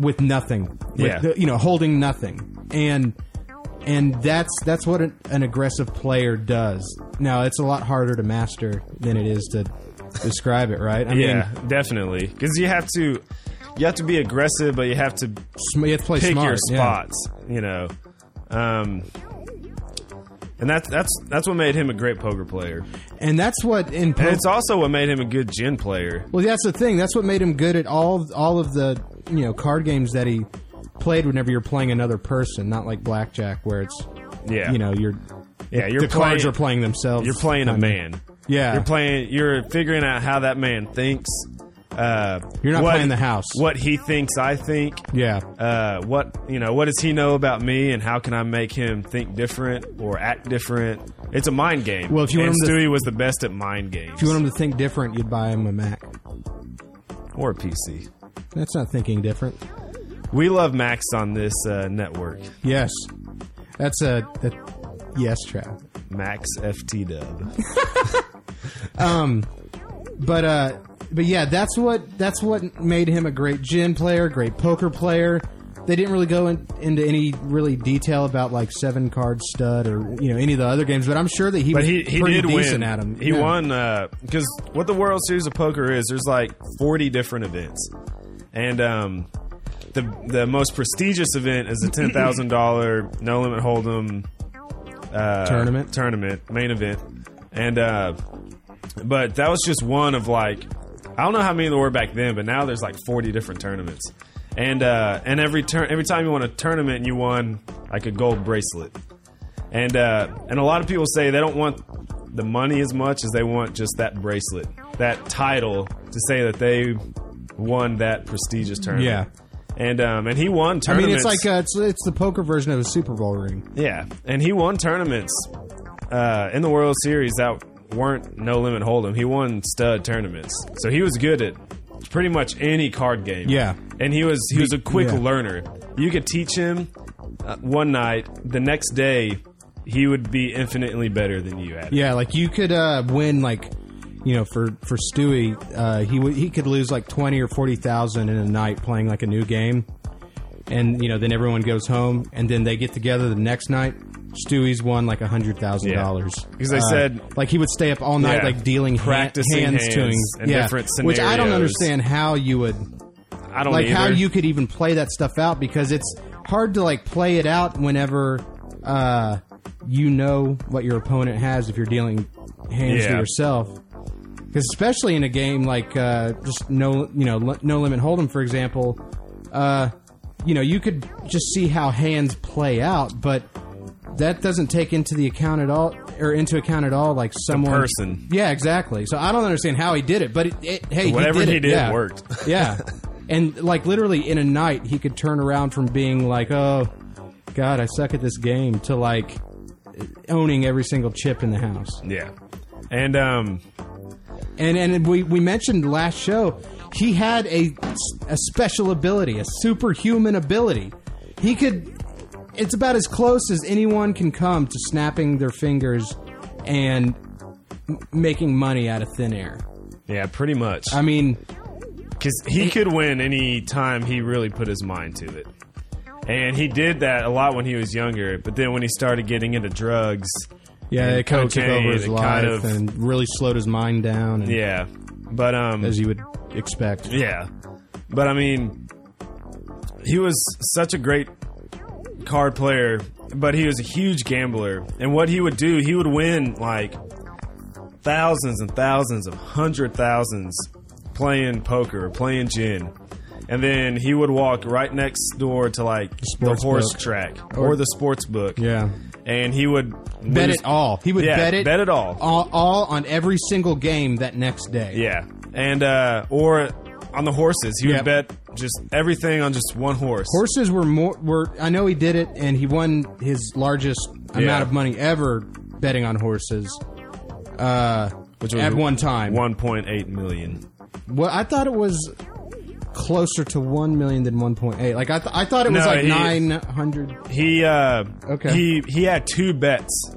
[SPEAKER 3] with nothing. With
[SPEAKER 2] Yeah.
[SPEAKER 3] the- you know, holding nothing, and and that's that's what an, an aggressive player does. Now it's a lot harder to master than it is to describe it, right? I
[SPEAKER 2] yeah, definitely. Because you have to, you have to be aggressive, but you have to
[SPEAKER 3] sm- you have to play
[SPEAKER 2] pick
[SPEAKER 3] smart.
[SPEAKER 2] your
[SPEAKER 3] yeah.
[SPEAKER 2] spots. You know, um, and that's that's that's what made him a great poker player,
[SPEAKER 3] and that's what in
[SPEAKER 2] and
[SPEAKER 3] poker-
[SPEAKER 2] it's also what made him a good gin player.
[SPEAKER 3] Well, that's the thing. That's what made him good at all all of the you know card games that he played. Whenever you're playing another person, not like blackjack where it's
[SPEAKER 2] Yeah,
[SPEAKER 3] you know you're
[SPEAKER 2] yeah, you're
[SPEAKER 3] the cards
[SPEAKER 2] playing-
[SPEAKER 3] are playing themselves.
[SPEAKER 2] You're playing a
[SPEAKER 3] I mean,
[SPEAKER 2] man.
[SPEAKER 3] Yeah.
[SPEAKER 2] You're playing. You're figuring out how that man thinks. Uh,
[SPEAKER 3] You're not playing the house.
[SPEAKER 2] What he thinks, I think.
[SPEAKER 3] Yeah,
[SPEAKER 2] Uh, what you know? What does he know about me, and how can I make him think different or act different? It's a mind game.
[SPEAKER 3] Well, if you want
[SPEAKER 2] and
[SPEAKER 3] him to-
[SPEAKER 2] Stewie was the best at mind games.
[SPEAKER 3] if you want him to think different, you'd buy him a Mac.
[SPEAKER 2] or a PC,
[SPEAKER 3] That's not thinking different.
[SPEAKER 2] we love Max on this uh, network.
[SPEAKER 3] Yes, that's a, a yes trap.
[SPEAKER 2] Max FT Dub.
[SPEAKER 3] But uh, but yeah, that's what that's what made him a great gin player, great poker player. They didn't really go in, into any really detail about like seven card stud or you know any of the other games, but I'm sure that he
[SPEAKER 2] But
[SPEAKER 3] was
[SPEAKER 2] he, he
[SPEAKER 3] pretty
[SPEAKER 2] did
[SPEAKER 3] decent
[SPEAKER 2] win.
[SPEAKER 3] at them.
[SPEAKER 2] He
[SPEAKER 3] Yeah.
[SPEAKER 2] won because what the World Series of Poker is, there's like 40 different events, and um, the the most prestigious event is the ten thousand dollar no limit hold'em uh,
[SPEAKER 3] Tournament?
[SPEAKER 2] tournament main event, and uh, but that was just one of like I don't know how many there were back then, but now there's like 40 different tournaments. And uh, and every turn, every time you won a tournament, you won like a gold bracelet. And uh, and a lot of people say they don't want the money as much as they want just that bracelet, that title to say that they won that prestigious tournament. Yeah. And um, and he won
[SPEAKER 3] I mean, it's
[SPEAKER 2] tournaments.
[SPEAKER 3] like uh, it's it's the poker version of a Super Bowl ring.
[SPEAKER 2] yeah, and he won tournaments uh, in the World Series that weren't no limit hold'em. He won stud tournaments, so he was good at pretty much any card game.
[SPEAKER 3] Yeah.
[SPEAKER 2] and he was he was a quick
[SPEAKER 3] yeah.
[SPEAKER 2] learner. You could teach him uh, one night, the next day. He would be infinitely better than you at it.
[SPEAKER 3] [LAUGHS] Yeah, like you could uh, win like you know for for Stewie, uh, he would he could lose like twenty or forty thousand in a night playing like a new game, and you know then everyone goes home and then they get together the next night. Stewie's won like a hundred thousand dollars Uh,
[SPEAKER 2] Because they said-
[SPEAKER 3] like he would stay up all night
[SPEAKER 2] Yeah.
[SPEAKER 3] like dealing ha-
[SPEAKER 2] Practicing
[SPEAKER 3] hands,
[SPEAKER 2] hands
[SPEAKER 3] to him.
[SPEAKER 2] and
[SPEAKER 3] yeah,
[SPEAKER 2] different
[SPEAKER 3] which I don't
[SPEAKER 2] scenarios.
[SPEAKER 3] understand how you would
[SPEAKER 2] I don't
[SPEAKER 3] like how
[SPEAKER 2] either.
[SPEAKER 3] you could even play that stuff out because it's hard to like play it out whenever uh you know what your opponent has if you're dealing hands to
[SPEAKER 2] Yeah.
[SPEAKER 3] yourself because especially in a game like uh just no you know li- no limit hold'em for example uh you know you could just see how hands play out but that doesn't take into the account at all or into account at all like someone
[SPEAKER 2] person.
[SPEAKER 3] yeah exactly so i don't understand how he did it but it, it, hey
[SPEAKER 2] Whatever
[SPEAKER 3] he did,
[SPEAKER 2] he
[SPEAKER 3] it.
[SPEAKER 2] did
[SPEAKER 3] yeah.
[SPEAKER 2] worked.
[SPEAKER 3] Yeah. And like literally in a night he could turn around from being like, "Oh god, I suck at this game" to like owning every single chip in the house.
[SPEAKER 2] Yeah. And um
[SPEAKER 3] And and we we mentioned last show he had a a special ability, a superhuman ability. He could it's about as close as anyone can come to snapping their fingers and m- making money out of thin air.
[SPEAKER 2] yeah, pretty much.
[SPEAKER 3] I mean,
[SPEAKER 2] Cuz he could win any time he really put his mind to it. And he did that a lot when he was younger, but then when he started getting into drugs,
[SPEAKER 3] yeah,
[SPEAKER 2] And
[SPEAKER 3] it kind of took
[SPEAKER 2] cocaine,
[SPEAKER 3] over his
[SPEAKER 2] it
[SPEAKER 3] life
[SPEAKER 2] kind of-
[SPEAKER 3] and really slowed his mind down. And,
[SPEAKER 2] yeah. But um
[SPEAKER 3] as you would expect.
[SPEAKER 2] yeah. But I mean he was such a great card player, but he was a huge gambler. And what he would do, he would win like thousands and thousands of hundred thousands playing poker or playing gin. And then he would walk right next door to like the
[SPEAKER 3] sports
[SPEAKER 2] horse
[SPEAKER 3] book.
[SPEAKER 2] track or, the sports book.
[SPEAKER 3] Yeah.
[SPEAKER 2] And he would
[SPEAKER 3] Bet
[SPEAKER 2] lose-
[SPEAKER 3] it all. He would
[SPEAKER 2] Yeah,
[SPEAKER 3] bet it
[SPEAKER 2] bet it all.
[SPEAKER 3] all, all on every single game that next day.
[SPEAKER 2] Yeah. And, uh, or on the horses. He
[SPEAKER 3] Yep.
[SPEAKER 2] would bet just everything on just one horse.
[SPEAKER 3] Horses were more were I know he did it and he won his largest
[SPEAKER 2] Yeah.
[SPEAKER 3] amount of money ever betting on horses. Uh
[SPEAKER 2] Which
[SPEAKER 3] at one time.
[SPEAKER 2] 1.8 million.
[SPEAKER 3] well, I thought it was closer to 1 million than 1.8. Like I th- I thought it was
[SPEAKER 2] No,
[SPEAKER 3] like
[SPEAKER 2] he-
[SPEAKER 3] 900
[SPEAKER 2] He uh
[SPEAKER 3] Okay.
[SPEAKER 2] he he had two bets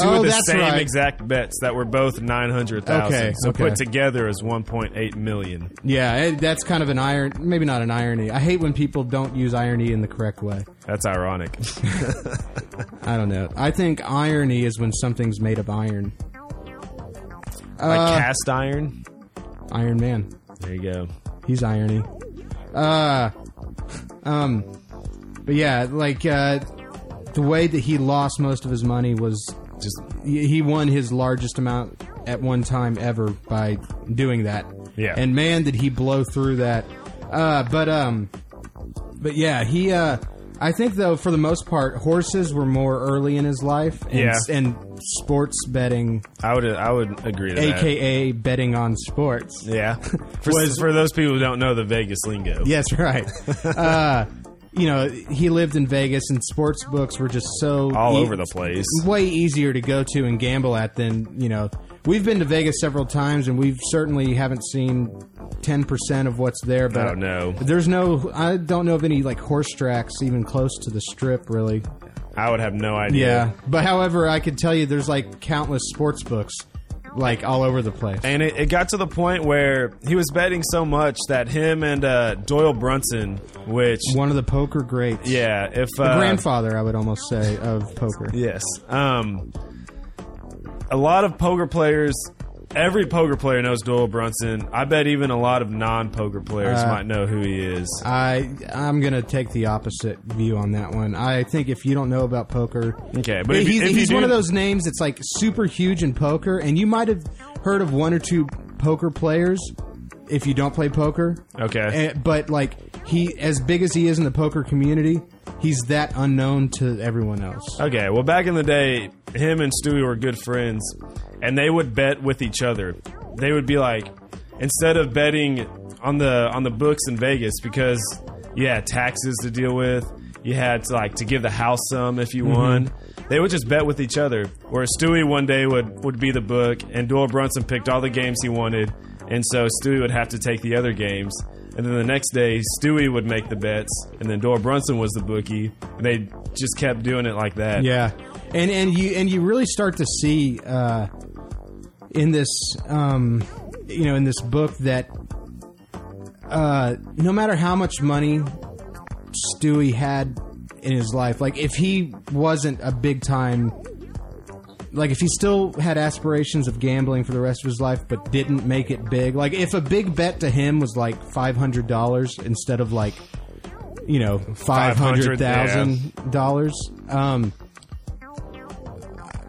[SPEAKER 2] two
[SPEAKER 3] Oh,
[SPEAKER 2] of the
[SPEAKER 3] that's
[SPEAKER 2] same
[SPEAKER 3] right.
[SPEAKER 2] exact bets that were both 900,000.
[SPEAKER 3] Okay,
[SPEAKER 2] so
[SPEAKER 3] okay.
[SPEAKER 2] put together is 1.8 million.
[SPEAKER 3] Yeah, it, that's kind of an iron. Maybe not an irony. I hate when people don't use irony in the correct way.
[SPEAKER 2] That's ironic.
[SPEAKER 3] I don't know. I think irony is when something's made of iron.
[SPEAKER 2] like
[SPEAKER 3] Uh,
[SPEAKER 2] cast iron.
[SPEAKER 3] Iron Man.
[SPEAKER 2] There you go.
[SPEAKER 3] He's irony. Uh, um, but yeah, like uh, the way that he lost most of his money was just he he won his largest amount at one time ever by doing that.
[SPEAKER 2] Yeah.
[SPEAKER 3] and man, did he blow through that. Uh, but um, but yeah, he uh. I think though, for the most part, horses were more early in his life, and,
[SPEAKER 2] Yeah.
[SPEAKER 3] and sports betting,
[SPEAKER 2] I would I would agree to that.
[SPEAKER 3] aka betting on
[SPEAKER 2] [LAUGHS]
[SPEAKER 3] sports,
[SPEAKER 2] Yeah.
[SPEAKER 3] [LAUGHS]
[SPEAKER 2] For,
[SPEAKER 3] Was-
[SPEAKER 2] for those people who don't know the Vegas lingo.
[SPEAKER 3] Yes, right. [LAUGHS] uh, you know, he lived in Vegas, and sports books were just so
[SPEAKER 2] All
[SPEAKER 3] e-
[SPEAKER 2] over the place.
[SPEAKER 3] way easier to go to and gamble at than you know. We've been to Vegas several times, and we've certainly haven't seen ten percent of what's there. But
[SPEAKER 2] Oh, no.
[SPEAKER 3] there's no. I don't know of any like horse tracks even close to the strip, really.
[SPEAKER 2] I would have no idea.
[SPEAKER 3] Yeah, but however, I could tell you there's like countless sports books, like all over the place.
[SPEAKER 2] And it, it got to the point where he was betting so much that him and uh, Doyle Brunson, which
[SPEAKER 3] One of the poker greats.
[SPEAKER 2] yeah, if
[SPEAKER 3] The
[SPEAKER 2] uh,
[SPEAKER 3] grandfather, I would almost say, of poker.
[SPEAKER 2] Yes. Um, a lot of poker players, every poker player knows Doyle Brunson. I bet even a lot of non poker players
[SPEAKER 3] Uh,
[SPEAKER 2] might know who he is.
[SPEAKER 3] I I'm gonna take the opposite view on that one. I think if you don't know about poker,
[SPEAKER 2] Okay, but if you-
[SPEAKER 3] he's,
[SPEAKER 2] if you
[SPEAKER 3] he's
[SPEAKER 2] do-
[SPEAKER 3] one of those names that's like super huge in poker, and you might have heard of one or two poker players if you don't play poker.
[SPEAKER 2] Okay.
[SPEAKER 3] Eh, but like he, as big as he is in the poker community, he's that unknown to everyone else.
[SPEAKER 2] Okay, well, back in the day, him and Stewie were good friends, and they would bet with each other. They would be like, instead of betting on the on the books in Vegas, because you had taxes to deal with, you had to, like to give the house some if you won. They would just bet with each other. Whereas Stewie one day would would be the book, and Doyle Brunson picked all the games he wanted, and so Stewie would have to take the other games. And then the next day, Stewie would make the bets, and then Doyle Brunson was the bookie. And they just kept doing it like that.
[SPEAKER 3] Yeah, and and you and you really start to see uh, in this um, you know in this book that uh, no matter how much money Stewie had in his life, like if he wasn't a big time. Like if he still had aspirations of gambling for the rest of his life, but didn't make it big. Like if a big bet to him was like five hundred dollars instead of like, you know, five hundred thousand dollars. Um,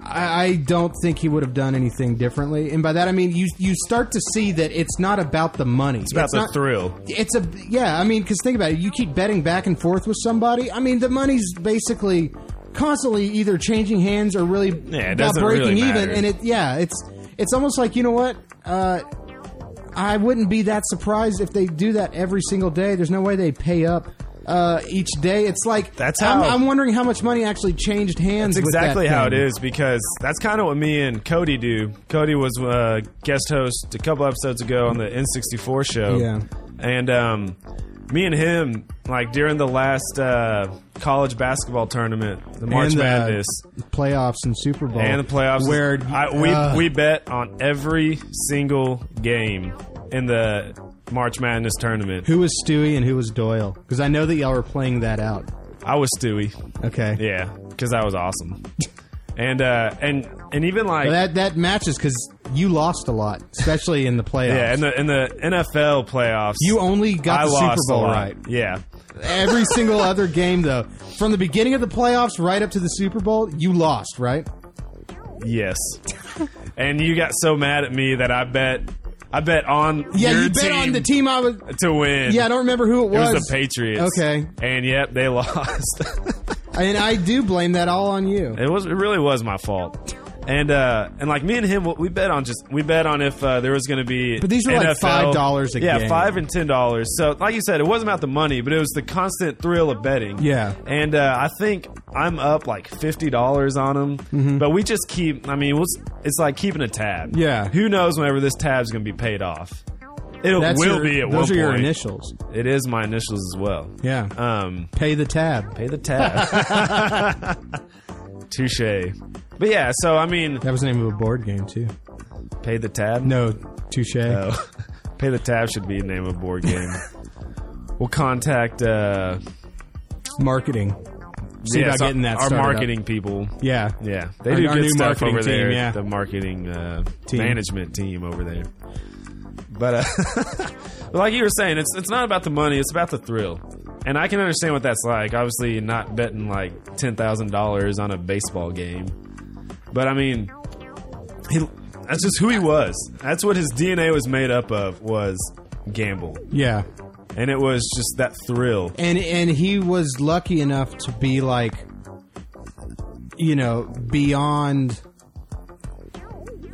[SPEAKER 3] I, I don't think he would have done anything differently. And by that I mean you you start to see that it's not about the money. It's
[SPEAKER 2] about the
[SPEAKER 3] not-
[SPEAKER 2] thrill.
[SPEAKER 3] It's a yeah. I mean, because think about it. You keep betting back and forth with somebody. I mean, the money's basically constantly either changing hands or really
[SPEAKER 2] it
[SPEAKER 3] about
[SPEAKER 2] doesn't
[SPEAKER 3] breaking
[SPEAKER 2] really
[SPEAKER 3] even.
[SPEAKER 2] matter.
[SPEAKER 3] And it yeah, it's it's almost like you know what. Uh, I wouldn't be that surprised if they do that every single day. There's no way they pay up uh, each day. It's like
[SPEAKER 2] That's
[SPEAKER 3] I'm,
[SPEAKER 2] how-
[SPEAKER 3] I'm wondering how much money actually changed hands.
[SPEAKER 2] That's
[SPEAKER 3] with that
[SPEAKER 2] exactly how it
[SPEAKER 3] thing.
[SPEAKER 2] is because that's kind of what me and Cody do. Cody was uh, guest host a couple episodes ago on the N64 show.
[SPEAKER 3] Yeah.
[SPEAKER 2] And um, me and him, like during the last uh, college basketball tournament, the March
[SPEAKER 3] and uh, the
[SPEAKER 2] Madness,
[SPEAKER 3] playoffs and Super Bowl
[SPEAKER 2] and the playoffs,
[SPEAKER 3] where
[SPEAKER 2] I, we,
[SPEAKER 3] uh,
[SPEAKER 2] we bet on every single game in the March Madness tournament.
[SPEAKER 3] who was Stewie and who was Doyle because I know that y'all were playing that out.
[SPEAKER 2] I was Stewie.
[SPEAKER 3] Okay,
[SPEAKER 2] Yeah, because I was awesome. And uh, and and even like
[SPEAKER 3] But that that matches because you lost a lot, especially in the
[SPEAKER 2] [LAUGHS]
[SPEAKER 3] playoffs.
[SPEAKER 2] Yeah, in the in the NFL playoffs,
[SPEAKER 3] you only got
[SPEAKER 2] I
[SPEAKER 3] the
[SPEAKER 2] lost
[SPEAKER 3] Super Bowl
[SPEAKER 2] a lot.
[SPEAKER 3] right.
[SPEAKER 2] Yeah,
[SPEAKER 3] Every single other game, though, from the beginning of the playoffs right up to the Super Bowl, you lost, right?
[SPEAKER 2] yes. [LAUGHS] and you got so mad at me that I bet, I bet on
[SPEAKER 3] Yeah,
[SPEAKER 2] your
[SPEAKER 3] you bet on the team I was.
[SPEAKER 2] to win.
[SPEAKER 3] Yeah, I don't remember who it
[SPEAKER 2] It
[SPEAKER 3] was.
[SPEAKER 2] was the Patriots.
[SPEAKER 3] Okay.
[SPEAKER 2] and yep, they [LAUGHS] lost.
[SPEAKER 3] and I do blame that all on you.
[SPEAKER 2] it was it really was my fault. And uh, and like me and him, we bet on just we bet on if uh, there was going to be.
[SPEAKER 3] But these were like
[SPEAKER 2] NFL
[SPEAKER 3] $5 a
[SPEAKER 2] Yeah,
[SPEAKER 3] game.
[SPEAKER 2] five and ten dollars. So like you said, it wasn't about the money, but it was the constant thrill of betting.
[SPEAKER 3] Yeah.
[SPEAKER 2] and uh, I think I'm up like fifty dollars on them.
[SPEAKER 3] Mm-hmm.
[SPEAKER 2] But we just keep. I mean, we'll, s- it's like keeping a tab.
[SPEAKER 3] Yeah.
[SPEAKER 2] who knows whenever this tab's going to be paid off? It
[SPEAKER 3] That's
[SPEAKER 2] will
[SPEAKER 3] your-
[SPEAKER 2] be at
[SPEAKER 3] those
[SPEAKER 2] one
[SPEAKER 3] are your
[SPEAKER 2] point.
[SPEAKER 3] initials.
[SPEAKER 2] It is my initials as well.
[SPEAKER 3] Yeah.
[SPEAKER 2] Um,
[SPEAKER 3] Pay the tab.
[SPEAKER 2] pay the tab. [LAUGHS] Touche. But yeah, so I mean,
[SPEAKER 3] That was the name of a board game too.
[SPEAKER 2] pay the tab.
[SPEAKER 3] No, touche.
[SPEAKER 2] Oh. [LAUGHS] Pay the tab should be the name of a board
[SPEAKER 3] [LAUGHS]
[SPEAKER 2] game. we'll contact uh
[SPEAKER 3] Marketing. See
[SPEAKER 2] yeah,
[SPEAKER 3] about
[SPEAKER 2] so-
[SPEAKER 3] getting that
[SPEAKER 2] our
[SPEAKER 3] started up.
[SPEAKER 2] marketing people.
[SPEAKER 3] Yeah.
[SPEAKER 2] Yeah, they
[SPEAKER 3] Our-
[SPEAKER 2] do
[SPEAKER 3] our
[SPEAKER 2] good
[SPEAKER 3] new
[SPEAKER 2] stuff
[SPEAKER 3] marketing
[SPEAKER 2] over there.
[SPEAKER 3] team, yeah.
[SPEAKER 2] The marketing uh,
[SPEAKER 3] Team.
[SPEAKER 2] management team over there. But uh, [LAUGHS] like you were saying, it's it's not about the money; it's about the thrill. And I can understand what that's like. Obviously, not betting like ten thousand dollars on a baseball game, but I mean, he, that's just who he was. That's what his DNA was made up of was gamble,
[SPEAKER 3] Yeah.
[SPEAKER 2] and it was just that thrill.
[SPEAKER 3] And and he was lucky enough to be like you know, beyond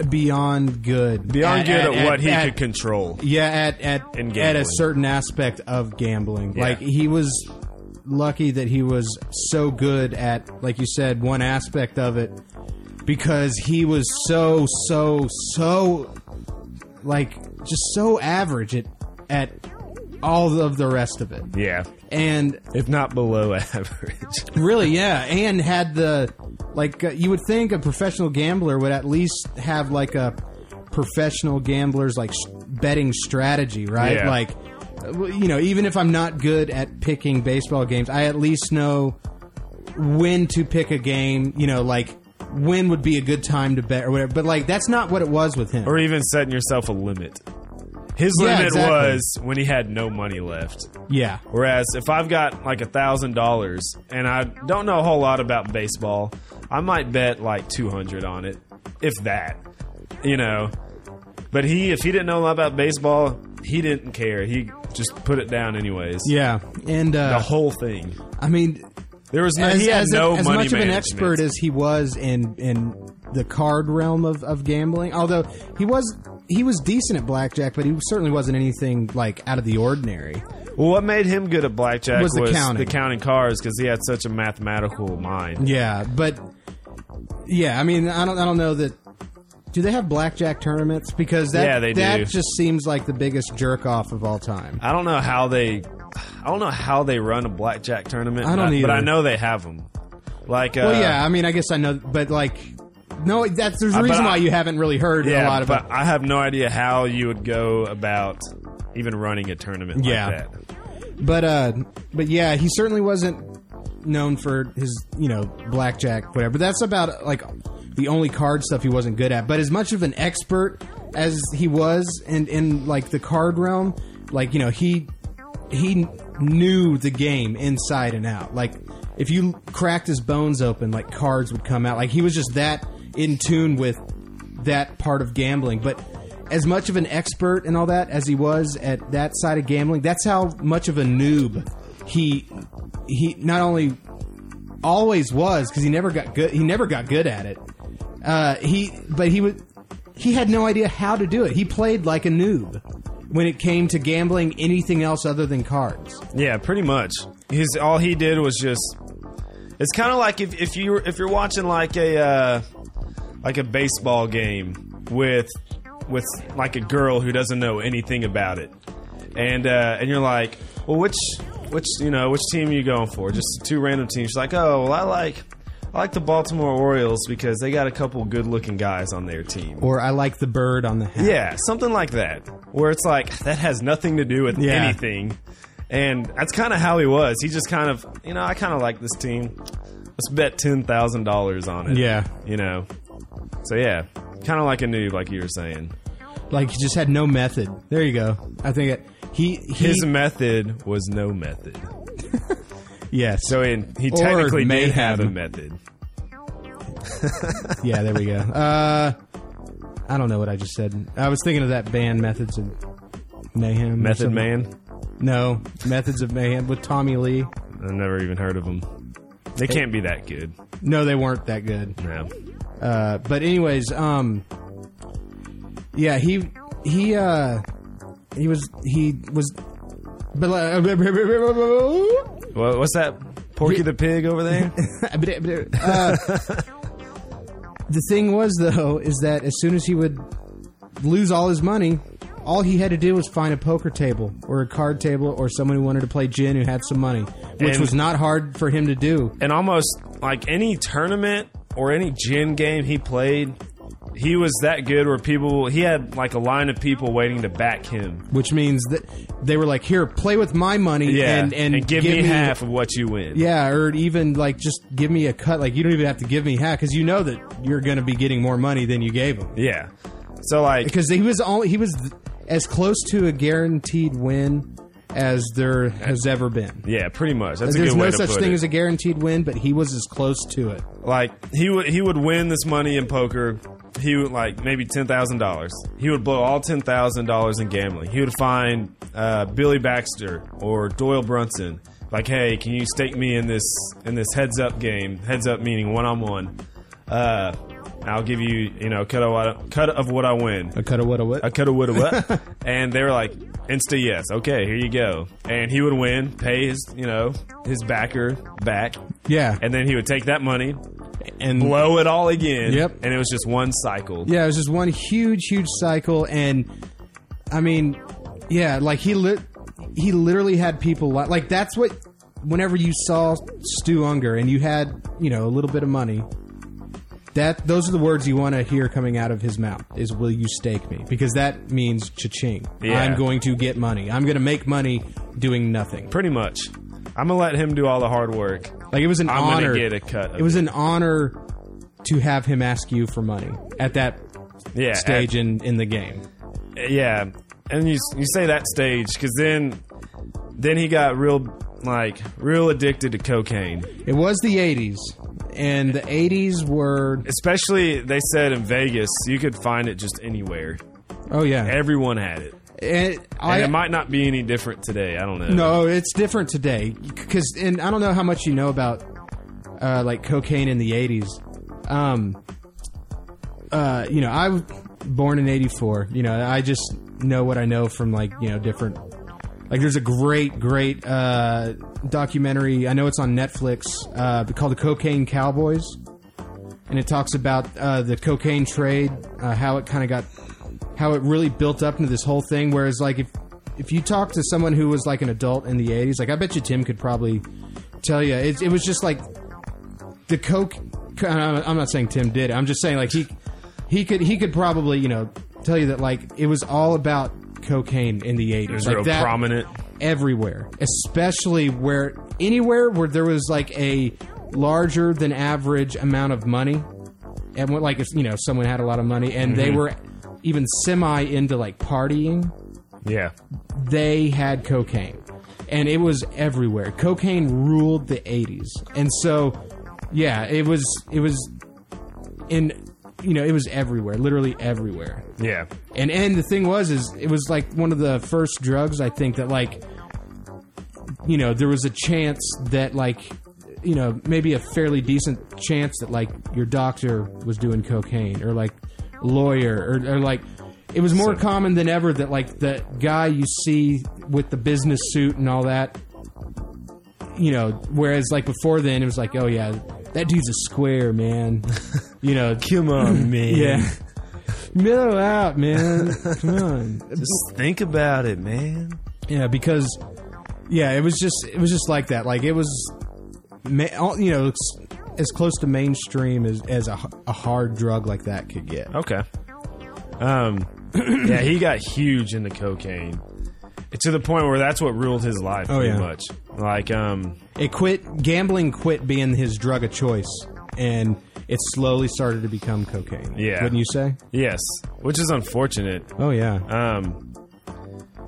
[SPEAKER 3] beyond good.
[SPEAKER 2] Beyond good at, what he
[SPEAKER 3] at-
[SPEAKER 2] could control.
[SPEAKER 3] Yeah, at at
[SPEAKER 2] In
[SPEAKER 3] at
[SPEAKER 2] gambling.
[SPEAKER 3] a certain aspect of gambling.
[SPEAKER 2] Yeah.
[SPEAKER 3] Like he was lucky that he was so good at like you said one aspect of it because he was so so so like just so average at at all of the rest of it.
[SPEAKER 2] Yeah,
[SPEAKER 3] And
[SPEAKER 2] if not below [LAUGHS] average.
[SPEAKER 3] Really, yeah, and had the like uh, you would think a professional gambler would at least have like a professional gambler's like s betting strategy, right?
[SPEAKER 2] Yeah.
[SPEAKER 3] Like uh, well, you know, even if I'm not good at picking baseball games, I at least know when to pick a game, you know, like when would be a good time to bet or whatever. But like that's not what it was with him.
[SPEAKER 2] or even setting yourself a limit. His
[SPEAKER 3] Yeah,
[SPEAKER 2] limit
[SPEAKER 3] exactly.
[SPEAKER 2] was when he had no money left.
[SPEAKER 3] yeah.
[SPEAKER 2] Whereas if I've got like a thousand dollars and I don't know a whole lot about baseball, I might bet like two hundred on it, if that. You know. But he, if he didn't know a lot about baseball, he didn't care. He just put it down anyways.
[SPEAKER 3] Yeah. And
[SPEAKER 2] The
[SPEAKER 3] uh
[SPEAKER 2] whole thing.
[SPEAKER 3] I mean
[SPEAKER 2] There was no,
[SPEAKER 3] as,
[SPEAKER 2] he had
[SPEAKER 3] as, a-
[SPEAKER 2] no
[SPEAKER 3] as
[SPEAKER 2] money
[SPEAKER 3] much of an
[SPEAKER 2] management.
[SPEAKER 3] expert as he was in in the card realm of, of gambling. Although he was he was decent at blackjack, but he certainly wasn't anything like out of the ordinary.
[SPEAKER 2] Well, what made him good at blackjack was,
[SPEAKER 3] Was the counting.
[SPEAKER 2] the counting cards because he had such a mathematical mind.
[SPEAKER 3] Yeah, but yeah, I mean, I don't I don't know that. Do they have blackjack tournaments? Because that
[SPEAKER 2] Yeah, they
[SPEAKER 3] that
[SPEAKER 2] do.
[SPEAKER 3] just seems like the biggest jerk off of all time.
[SPEAKER 2] I don't know how they, I don't know how they run a blackjack tournament.
[SPEAKER 3] I don't
[SPEAKER 2] but, but I
[SPEAKER 3] either.
[SPEAKER 2] know they have them. Like, uh,
[SPEAKER 3] well, yeah, I mean, I guess I know, but like, no, that's there's a
[SPEAKER 2] Uh, but
[SPEAKER 3] reason
[SPEAKER 2] I-
[SPEAKER 3] why you haven't really heard
[SPEAKER 2] yeah,
[SPEAKER 3] a lot about.
[SPEAKER 2] but I have no idea how you would go about even running a tournament
[SPEAKER 3] Yeah.
[SPEAKER 2] like that.
[SPEAKER 3] But uh, but yeah, he certainly wasn't known for his you know blackjack whatever. But that's about like the only card stuff he wasn't good at. But as much of an expert as he was, and in like the card realm, like you know he he knew the game inside and out. Like if you cracked his bones open, like cards would come out. Like he was just that in tune with that part of gambling. But as much of an expert and all that as he was at that side of gambling, that's how much of a noob he he not only always was because he never got good. He never got good at it. Uh, he but he would he had no idea how to do it. He played like a noob when it came to gambling anything else other than cards.
[SPEAKER 2] Yeah, pretty much. His all he did was just. It's kind of like if, if you were- if you're watching like a uh, like a baseball game with with like a girl who doesn't know anything about it, and uh, and you're like, well, which which you know which team are you going for? Just two random teams. She's like, oh, well, I like. I like the Baltimore Orioles because they got a couple good-looking guys on their team.
[SPEAKER 3] Or I like the bird on the hat.
[SPEAKER 2] Yeah, something like that. Where it's like that has nothing to do with
[SPEAKER 3] Yeah.
[SPEAKER 2] anything. And that's kind of how he was. He just kind of, you know, I kind of like this team. Let's bet ten thousand dollars on it.
[SPEAKER 3] Yeah.
[SPEAKER 2] you know. So yeah, kind of like a noob, like you were saying.
[SPEAKER 3] like he just had no method. There you go. I think it, he he
[SPEAKER 2] His method was no method.
[SPEAKER 3] yes.
[SPEAKER 2] So he, he
[SPEAKER 3] Or
[SPEAKER 2] technically may
[SPEAKER 3] mayhem.
[SPEAKER 2] have a method.
[SPEAKER 3] yeah, there we go. Uh, I don't know what I just said. I was thinking of that band Methods of Mayhem. or
[SPEAKER 2] Method
[SPEAKER 3] something.
[SPEAKER 2] man.
[SPEAKER 3] No, Methods of Mayhem with Tommy Lee.
[SPEAKER 2] I've never even heard of him. They can't be that good.
[SPEAKER 3] No, they weren't that good.
[SPEAKER 2] No.
[SPEAKER 3] Uh, but anyways, um, yeah, he he uh he was he was, but like, [LAUGHS]
[SPEAKER 2] Wha- What's that? Porky the pig over there? [LAUGHS]
[SPEAKER 3] Uh, the thing was though is that as soon as he would lose all his money all he had to do was find a poker table or a card table or someone who wanted to play gin who had some money which
[SPEAKER 2] And-
[SPEAKER 3] was not hard for him to do
[SPEAKER 2] and almost like any tournament or any gin game he played, he was that good where people he had like a line of people waiting to back him.
[SPEAKER 3] which means that they were like, "Here, play with my money,
[SPEAKER 2] Yeah,
[SPEAKER 3] and, and
[SPEAKER 2] give, me, half of what you win.
[SPEAKER 3] Yeah, or even like just give me a cut. Like you don't even have to give me half because you know that you're going to be getting more money than you gave him.
[SPEAKER 2] yeah. So like,
[SPEAKER 3] Because he was only he was as close to a guaranteed win as there has ever been.
[SPEAKER 2] yeah, pretty much. That's a
[SPEAKER 3] There's
[SPEAKER 2] good way
[SPEAKER 3] no
[SPEAKER 2] to
[SPEAKER 3] such
[SPEAKER 2] put
[SPEAKER 3] thing
[SPEAKER 2] it.
[SPEAKER 3] as a guaranteed win, but he was as close to it.
[SPEAKER 2] like he would he would win this money in poker. He would like maybe ten thousand dollars. He would blow all ten thousand dollars in gambling. He would find uh, Billy Baxter or Doyle Brunson. Like, hey, can you stake me in this in this heads up game? Heads up meaning one on one. Uh, I'll give you you know cut of what cut of what I win.
[SPEAKER 3] A cut of what a what?
[SPEAKER 2] I could have, would have, what? and they were like, insta yes, okay, here you go. And he would win, pay his, you know, his backer back,
[SPEAKER 3] yeah,
[SPEAKER 2] and then he would take that money,
[SPEAKER 3] and
[SPEAKER 2] blow it all again.
[SPEAKER 3] Yep.
[SPEAKER 2] And it was just one cycle.
[SPEAKER 3] Yeah, it was just one huge, huge cycle, and I mean, yeah, like he lit, he literally had people li- like that's what. Whenever you saw Stu Unger and you had you know a little bit of money, that those are the words you want to hear coming out of his mouth is "Will you stake me?" Because that means cha-ching.
[SPEAKER 2] Yeah.
[SPEAKER 3] I'm going to get money. I'm going to make money doing nothing.
[SPEAKER 2] Pretty much. I'm gonna let him do all the hard work.
[SPEAKER 3] Like it was an
[SPEAKER 2] I'm
[SPEAKER 3] honor.
[SPEAKER 2] gonna get a cut. Of
[SPEAKER 3] it was an honor to have him ask you for money at that
[SPEAKER 2] yeah,
[SPEAKER 3] stage in in the game.
[SPEAKER 2] yeah, and you you say that stage because then then he got real like real addicted to cocaine.
[SPEAKER 3] It was the 80s, and the 80s were
[SPEAKER 2] Especially they said in Vegas, you could find it just anywhere.
[SPEAKER 3] oh yeah.
[SPEAKER 2] Everyone had it.
[SPEAKER 3] And
[SPEAKER 2] And
[SPEAKER 3] I
[SPEAKER 2] it might not be any different today. I don't know.
[SPEAKER 3] no, it's different today because and I don't know how much you know about uh, like cocaine in the 80s. Um, uh, you know, I was born in 84. You know, I just know what I know from like you know different. Like there's a great, great uh, documentary. I know it's on Netflix uh, called "The Cocaine Cowboys," and it talks about uh, the cocaine trade, uh, how it kind of got, how it really built up into this whole thing. Whereas, like if if you talk to someone who was like an adult in the '80s, like I bet you Tim could probably tell you, it, it was just like the coke. uh, I'm I'm not saying Tim did. it. I'm just saying like he he could he could probably you know tell you that like it was all about cocaine in the 80s
[SPEAKER 2] It was
[SPEAKER 3] like
[SPEAKER 2] real
[SPEAKER 3] that-
[SPEAKER 2] prominent.
[SPEAKER 3] everywhere, especially where anywhere where there was like a larger than average amount of money, and what like if you know someone had a lot of money and they were even semi into like partying,
[SPEAKER 2] Yeah.
[SPEAKER 3] they had cocaine, and it was everywhere. Cocaine ruled the '80s, and so yeah, it was it was in you know it was everywhere, literally everywhere.
[SPEAKER 2] Yeah.
[SPEAKER 3] And and the thing was is it was like one of the first drugs I think that like you know there was a chance that like you know maybe a fairly decent chance that like your doctor was doing cocaine or like lawyer or, or like it was more common than ever that like the guy you see with the business suit and all that you know whereas like before then it was like oh yeah that dude's a square man you know
[SPEAKER 2] Come [CLEARS THROAT] on, man.
[SPEAKER 3] [LAUGHS] yeah. Mellow out, man. Come on.
[SPEAKER 2] Just think about it, man.
[SPEAKER 3] Yeah, because yeah, it was just it was just like that. Like it was, ma- all- you know, it's as close to mainstream as as a, h- a hard drug like that could get.
[SPEAKER 2] Okay. Um. [CLEARS THROAT] yeah, he got huge into cocaine to the point where that's what ruled his life
[SPEAKER 3] Oh,
[SPEAKER 2] pretty
[SPEAKER 3] yeah.
[SPEAKER 2] much. Like, um,
[SPEAKER 3] It quit gambling, quit being his drug of choice, and it slowly started to become cocaine.
[SPEAKER 2] Yeah.
[SPEAKER 3] wouldn't you say?
[SPEAKER 2] yes, which is unfortunate.
[SPEAKER 3] Oh yeah,
[SPEAKER 2] Um,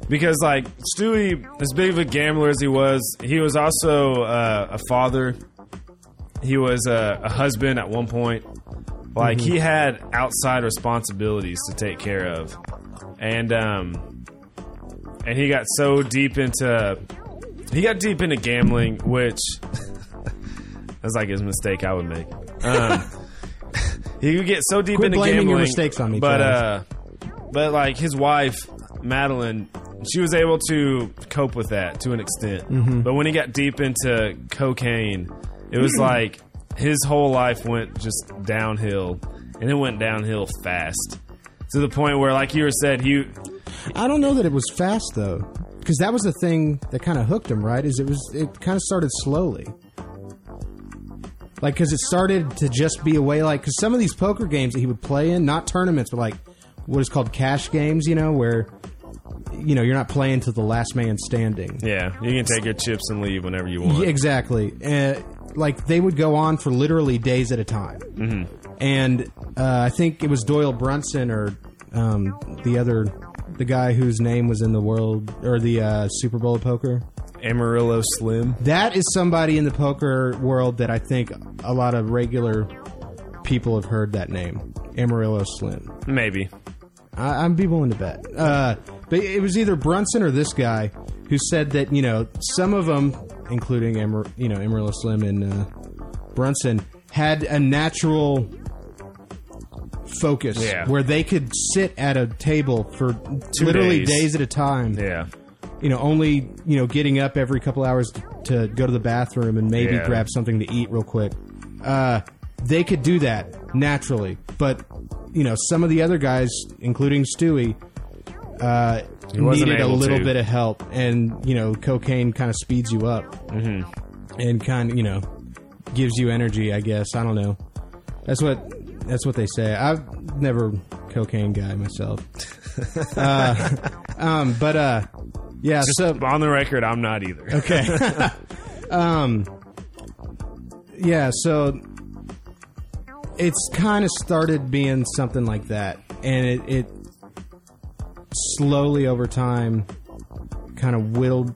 [SPEAKER 2] because like Stewie, as big of a gambler as he was, he was also uh, a father. He was a, a husband at one point. Like
[SPEAKER 3] Mm-hmm.
[SPEAKER 2] he had outside responsibilities to take care of, and um, and he got so deep into he got deep into gambling, which [LAUGHS] that's like his mistake I would make. Um, [LAUGHS] he could get so deep
[SPEAKER 3] Quit
[SPEAKER 2] into
[SPEAKER 3] blaming
[SPEAKER 2] gambling,
[SPEAKER 3] your mistakes on me,
[SPEAKER 2] but
[SPEAKER 3] Travis.
[SPEAKER 2] uh, but like his wife Madeline, she was able to cope with that to an extent.
[SPEAKER 3] Mm-hmm.
[SPEAKER 2] But when he got deep into cocaine, it
[SPEAKER 3] [CLEARS THROAT]
[SPEAKER 2] was like his whole life went just downhill, and it went downhill fast to the point where, like you were said, he
[SPEAKER 3] I don't know that it was fast though, because that was the thing that kind of hooked him. Right? Is it was it kind of started slowly. Like, because it started to just be a way, like, because some of these poker games that he would play in, not tournaments, but like what is called cash games, you know, where, you know, you're not playing to the last man standing.
[SPEAKER 2] Yeah, you can take your chips and leave whenever you want.
[SPEAKER 3] Yeah, exactly. Uh, like they would go on for literally days at a time. And uh, I think it was Doyle Brunson or um, the other, the guy whose name was in the world or the uh, Super Bowl of poker.
[SPEAKER 2] Amarillo Slim.
[SPEAKER 3] That is somebody in the poker world that I think a lot of regular people have heard that name, Amarillo Slim.
[SPEAKER 2] Maybe.
[SPEAKER 3] I, I'd be willing to bet. Uh, but it was either Brunson or this guy who said that you know some of them, including Emer- you know Amarillo Slim and uh, Brunson, had a natural focus
[SPEAKER 2] Yeah.
[SPEAKER 3] where they could sit at a table for
[SPEAKER 2] Two
[SPEAKER 3] literally
[SPEAKER 2] days.
[SPEAKER 3] days. at a time.
[SPEAKER 2] Yeah.
[SPEAKER 3] You know, only you know getting up every couple hours t- to go to the bathroom and maybe
[SPEAKER 2] Yeah.
[SPEAKER 3] grab something to eat real quick. Uh, they could do that naturally, but you know some of the other guys, including Stewie, uh,
[SPEAKER 2] wasn't
[SPEAKER 3] needed a
[SPEAKER 2] able
[SPEAKER 3] little
[SPEAKER 2] to.
[SPEAKER 3] bit of help, and you know cocaine kind of speeds you up mm-hmm. and kind of you know gives you energy. I guess I don't know. That's what that's what they say. I've never cocaine guy myself, uh, um, but uh, yeah. so
[SPEAKER 2] On the record, I'm not either.
[SPEAKER 3] Okay. um, yeah, so it's kind of started being something like that, and it, it slowly over time kind of whittled,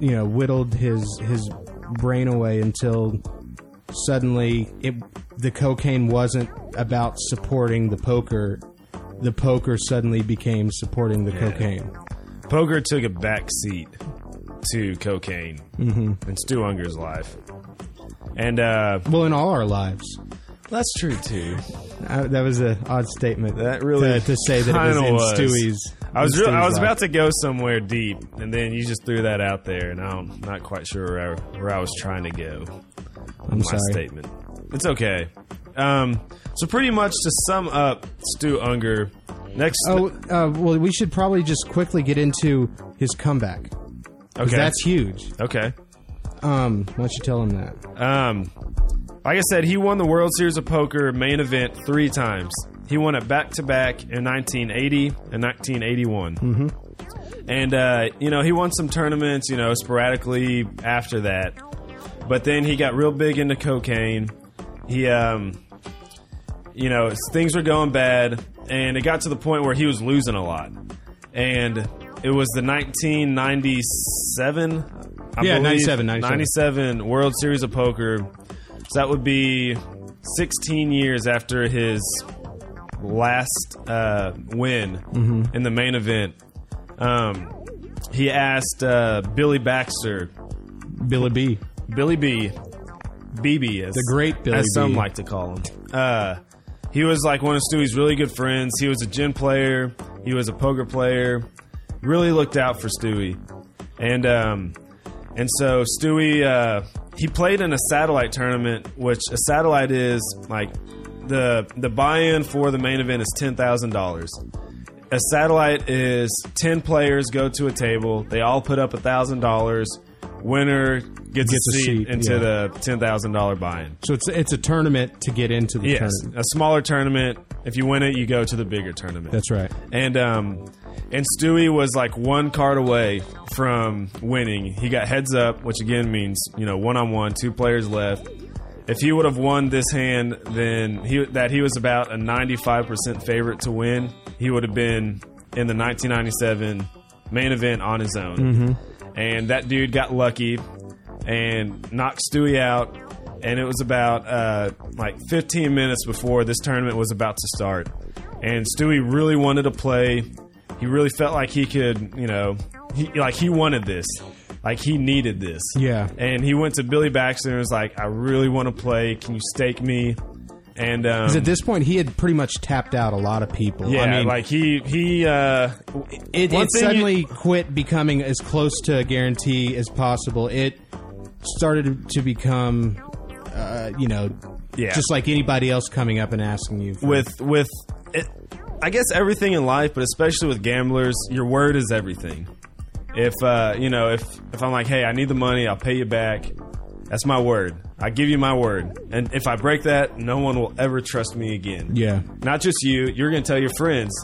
[SPEAKER 3] you know, whittled his his brain away until suddenly it the cocaine wasn't about supporting the poker. The poker suddenly became supporting the cocaine.
[SPEAKER 2] [LAUGHS] Poker took a back seat to cocaine mm-hmm. in Stu Unger's life. And uh,
[SPEAKER 3] Well, in all our lives.
[SPEAKER 2] that's true too.
[SPEAKER 3] Uh, that was an odd statement.
[SPEAKER 2] That really
[SPEAKER 3] to, to say that it was
[SPEAKER 2] kinda
[SPEAKER 3] in
[SPEAKER 2] was.
[SPEAKER 3] Stewie's.
[SPEAKER 2] I was
[SPEAKER 3] in
[SPEAKER 2] real,
[SPEAKER 3] Stewie's
[SPEAKER 2] I was
[SPEAKER 3] life.
[SPEAKER 2] about to go somewhere deep, and then you just threw that out there, and I'm not quite sure where I, where I was trying to go.
[SPEAKER 3] I'm
[SPEAKER 2] my
[SPEAKER 3] sorry.
[SPEAKER 2] statement. It's okay. Um, so pretty much to sum up, Stu Unger. Next,
[SPEAKER 3] Oh uh, well, we should probably just quickly get into his comeback. 'Cause
[SPEAKER 2] okay,
[SPEAKER 3] That's huge.
[SPEAKER 2] okay.
[SPEAKER 3] Um, why don't you tell him that?
[SPEAKER 2] Um, like I said, he won the World Series of Poker main event three times. He won it back to back in 1980 and 1981. Mm-hmm. And, uh, you know, he won some tournaments, you know, sporadically after that. But then he got real big into cocaine. He, um, you know, s- things were going bad. And it got to the point where he was losing a lot. And it was the 1997. I
[SPEAKER 3] Yeah,
[SPEAKER 2] believe,
[SPEAKER 3] 97, 97.
[SPEAKER 2] 97 World Series of Poker. So that would be 16 years after his last uh, win in the main event. Um, he asked uh, Billy Baxter,
[SPEAKER 3] Billy B.
[SPEAKER 2] Billy B, BB, as,
[SPEAKER 3] The great Billy
[SPEAKER 2] as some
[SPEAKER 3] B.
[SPEAKER 2] like to call him. Uh, he was like one of Stewie's really good friends. He was a gin player. He was a poker player. Really looked out for Stewie, and um, and so Stewie uh, he played in a satellite tournament, which a satellite is like the the buy-in for the main event is ten thousand dollars. A satellite is ten players go to a table. They all put up thousand dollars. Winner gets,
[SPEAKER 3] Gets
[SPEAKER 2] a,
[SPEAKER 3] a
[SPEAKER 2] seat
[SPEAKER 3] seat,
[SPEAKER 2] into
[SPEAKER 3] yeah.
[SPEAKER 2] the ten thousand dollar buy-in.
[SPEAKER 3] So it's it's a tournament to get into the
[SPEAKER 2] Yes,
[SPEAKER 3] tournament.
[SPEAKER 2] a smaller tournament. If you win it, you go to the bigger tournament.
[SPEAKER 3] That's right.
[SPEAKER 2] And um, and Stewie was like one card away from winning. He got heads up, which again means you know one on one, two players left. If he would have won this hand, then he that he was about a ninety five percent favorite to win. He would have been in the nineteen ninety seven main event on his own. And that dude got lucky and knocked Stewie out. And it was about uh, like 15 minutes before this tournament was about to start. And Stewie really wanted to play. He really felt like he could, you know, he, like he wanted this. Like he needed this.
[SPEAKER 3] Yeah.
[SPEAKER 2] And he went to Billy Baxter and was like, I really want to play. Can you stake me? And um,
[SPEAKER 3] 'Cause at this point, he had pretty much tapped out a lot of people.
[SPEAKER 2] yeah,
[SPEAKER 3] I mean,
[SPEAKER 2] like he, he, uh,
[SPEAKER 3] it,
[SPEAKER 2] one
[SPEAKER 3] it
[SPEAKER 2] thing you-
[SPEAKER 3] suddenly quit becoming as close to a guarantee as possible. It started to become, uh, you know,
[SPEAKER 2] Yeah.
[SPEAKER 3] just like anybody else coming up and asking you for
[SPEAKER 2] with with it, I guess everything in life, but especially with gamblers, your word is everything. If uh, you know, if if I'm like, hey, I need the money, I'll pay you back. That's my word. I give you my word. And if I break that, no one will ever trust me again.
[SPEAKER 3] Yeah.
[SPEAKER 2] Not just you. You're going to tell your friends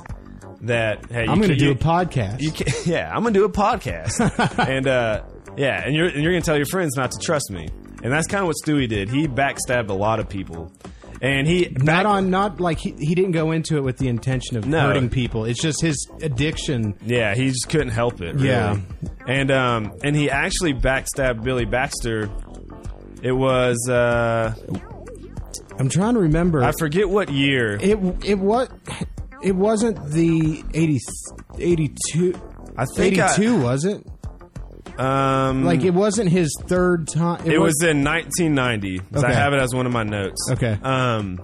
[SPEAKER 2] that, hey, you
[SPEAKER 3] I'm going to
[SPEAKER 2] can't-
[SPEAKER 3] do
[SPEAKER 2] you-
[SPEAKER 3] a podcast.
[SPEAKER 2] you can, [LAUGHS] yeah, I'm gonna do a
[SPEAKER 3] [LAUGHS]
[SPEAKER 2] podcast, and uh, yeah, and you're and you're gonna tell your friends not to trust me, and that's kind of what Stewie did. He backstabbed a lot of people, and he
[SPEAKER 3] not
[SPEAKER 2] back-
[SPEAKER 3] on, not like he, he didn't go into it with the intention of
[SPEAKER 2] No.
[SPEAKER 3] hurting people. It's just his addiction.
[SPEAKER 2] Yeah, he just couldn't help it. really.
[SPEAKER 3] Yeah.
[SPEAKER 2] and um, and he actually backstabbed Billy Baxter. It was uh,
[SPEAKER 3] I'm trying to remember.
[SPEAKER 2] I forget what year.
[SPEAKER 3] it it what it wasn't the 80, 82
[SPEAKER 2] I think
[SPEAKER 3] 82
[SPEAKER 2] I-
[SPEAKER 3] was it?
[SPEAKER 2] Hmm. um,
[SPEAKER 3] Like it wasn't his third time.
[SPEAKER 2] It was
[SPEAKER 3] wa-
[SPEAKER 2] in 1990. 'cause I
[SPEAKER 3] Okay.
[SPEAKER 2] have it as one of my notes.
[SPEAKER 3] Okay.
[SPEAKER 2] Um,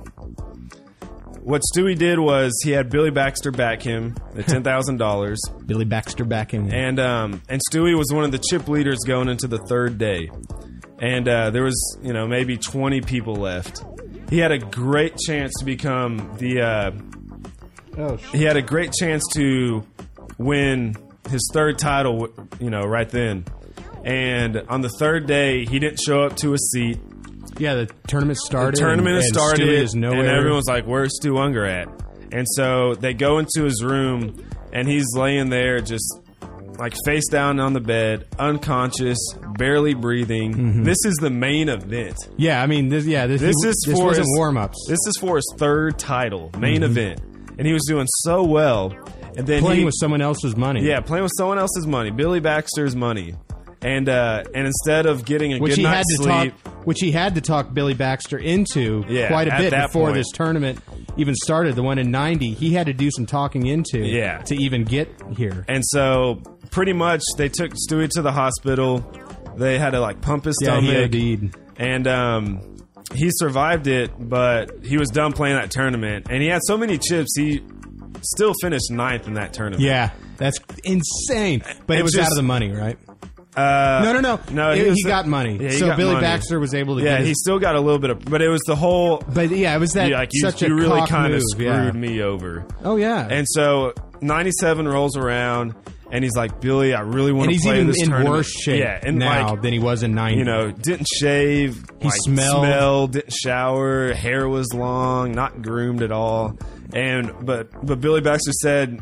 [SPEAKER 2] what Stewie did was he had Billy Baxter back him the ten thousand dollars,
[SPEAKER 3] Billy Baxter backing.
[SPEAKER 2] and um, and Stewie was one of the chip leaders going into the third day, and uh, there was you know maybe twenty people left. He had a great chance to become the. Uh,
[SPEAKER 3] oh shit.
[SPEAKER 2] he had a great chance to win his third title, you know, right then. And on the third day, he didn't show up to his seat.
[SPEAKER 3] Yeah, the tournament started.
[SPEAKER 2] The tournament
[SPEAKER 3] and,
[SPEAKER 2] has
[SPEAKER 3] and
[SPEAKER 2] started,
[SPEAKER 3] Stewie is nowhere.
[SPEAKER 2] and everyone's like, "Where's Stu Unger at?" And so they go into his room, and he's laying there, just like face down on the bed, unconscious, barely breathing.
[SPEAKER 3] Mm-hmm.
[SPEAKER 2] This is the main event.
[SPEAKER 3] yeah, I mean, this, yeah, this,
[SPEAKER 2] This is
[SPEAKER 3] this
[SPEAKER 2] for
[SPEAKER 3] wasn't
[SPEAKER 2] his-
[SPEAKER 3] warm ups.
[SPEAKER 2] This is for his third title, main event, and he was doing so well. And then
[SPEAKER 3] Playing
[SPEAKER 2] he,
[SPEAKER 3] with someone else's money.
[SPEAKER 2] yeah, playing with someone else's money, Billy Baxter's money, and uh, and instead of getting a
[SPEAKER 3] which
[SPEAKER 2] good
[SPEAKER 3] he had
[SPEAKER 2] night's
[SPEAKER 3] to
[SPEAKER 2] sleep,
[SPEAKER 3] talk, which he had to talk Billy Baxter into
[SPEAKER 2] Yeah,
[SPEAKER 3] quite a
[SPEAKER 2] at
[SPEAKER 3] bit
[SPEAKER 2] that
[SPEAKER 3] before
[SPEAKER 2] point.
[SPEAKER 3] this tournament even started. The one in '90, he had to do some talking into,
[SPEAKER 2] Yeah.
[SPEAKER 3] to even get here.
[SPEAKER 2] And so pretty much they took Stewie to the hospital. They had to like pump his
[SPEAKER 3] yeah,
[SPEAKER 2] stomach.
[SPEAKER 3] he OD'd.
[SPEAKER 2] and um he survived it, but he was done playing that tournament. And he had so many chips, he still finished ninth in that tournament.
[SPEAKER 3] Yeah, that's insane. But it,
[SPEAKER 2] It
[SPEAKER 3] was
[SPEAKER 2] just-
[SPEAKER 3] out of the money, right?
[SPEAKER 2] Uh,
[SPEAKER 3] no, no, no,
[SPEAKER 2] no,
[SPEAKER 3] It-
[SPEAKER 2] he
[SPEAKER 3] he,
[SPEAKER 2] was-
[SPEAKER 3] got money.
[SPEAKER 2] Yeah, he
[SPEAKER 3] so
[SPEAKER 2] got
[SPEAKER 3] Billy
[SPEAKER 2] money.
[SPEAKER 3] Baxter was able to
[SPEAKER 2] yeah,
[SPEAKER 3] get. His,
[SPEAKER 2] he still got a little bit of but it was the whole
[SPEAKER 3] but yeah, it was that
[SPEAKER 2] yeah, like you,
[SPEAKER 3] such a
[SPEAKER 2] you really
[SPEAKER 3] cock
[SPEAKER 2] kind of
[SPEAKER 3] move,
[SPEAKER 2] screwed
[SPEAKER 3] yeah.
[SPEAKER 2] me over.
[SPEAKER 3] Oh yeah,
[SPEAKER 2] And so 97 rolls around and he's like, "Billy, I really want
[SPEAKER 3] and
[SPEAKER 2] to
[SPEAKER 3] he's
[SPEAKER 2] play
[SPEAKER 3] even
[SPEAKER 2] this
[SPEAKER 3] in
[SPEAKER 2] tournament."
[SPEAKER 3] worse shape
[SPEAKER 2] yeah, and
[SPEAKER 3] now
[SPEAKER 2] like
[SPEAKER 3] than he was in '90.
[SPEAKER 2] you know, didn't shave.
[SPEAKER 3] He smelled.
[SPEAKER 2] didn't shower. Hair was long, not groomed at all. And but but Billy Baxter said,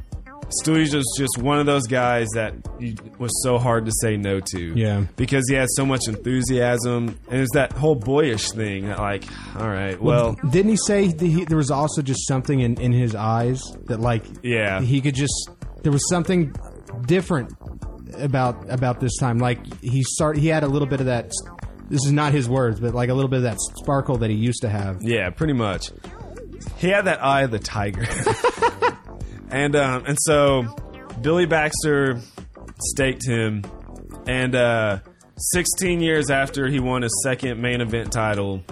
[SPEAKER 2] Stewie's just just one of those guys that you, was so hard to say no to.
[SPEAKER 3] Yeah.
[SPEAKER 2] because he had so much enthusiasm, and it's that whole boyish thing. That like, all right, well,
[SPEAKER 3] didn't he say that he, there was also just something in, in his eyes that like
[SPEAKER 2] Yeah.
[SPEAKER 3] he could just there was something different about about this time like he start he had a little bit of that this is not his words but like a little bit of that sparkle that he used to have
[SPEAKER 2] Yeah, pretty much. He had that eye of the tiger. [LAUGHS] and um, and so Billy Baxter staked him and uh, 16 years after he won his second main event title,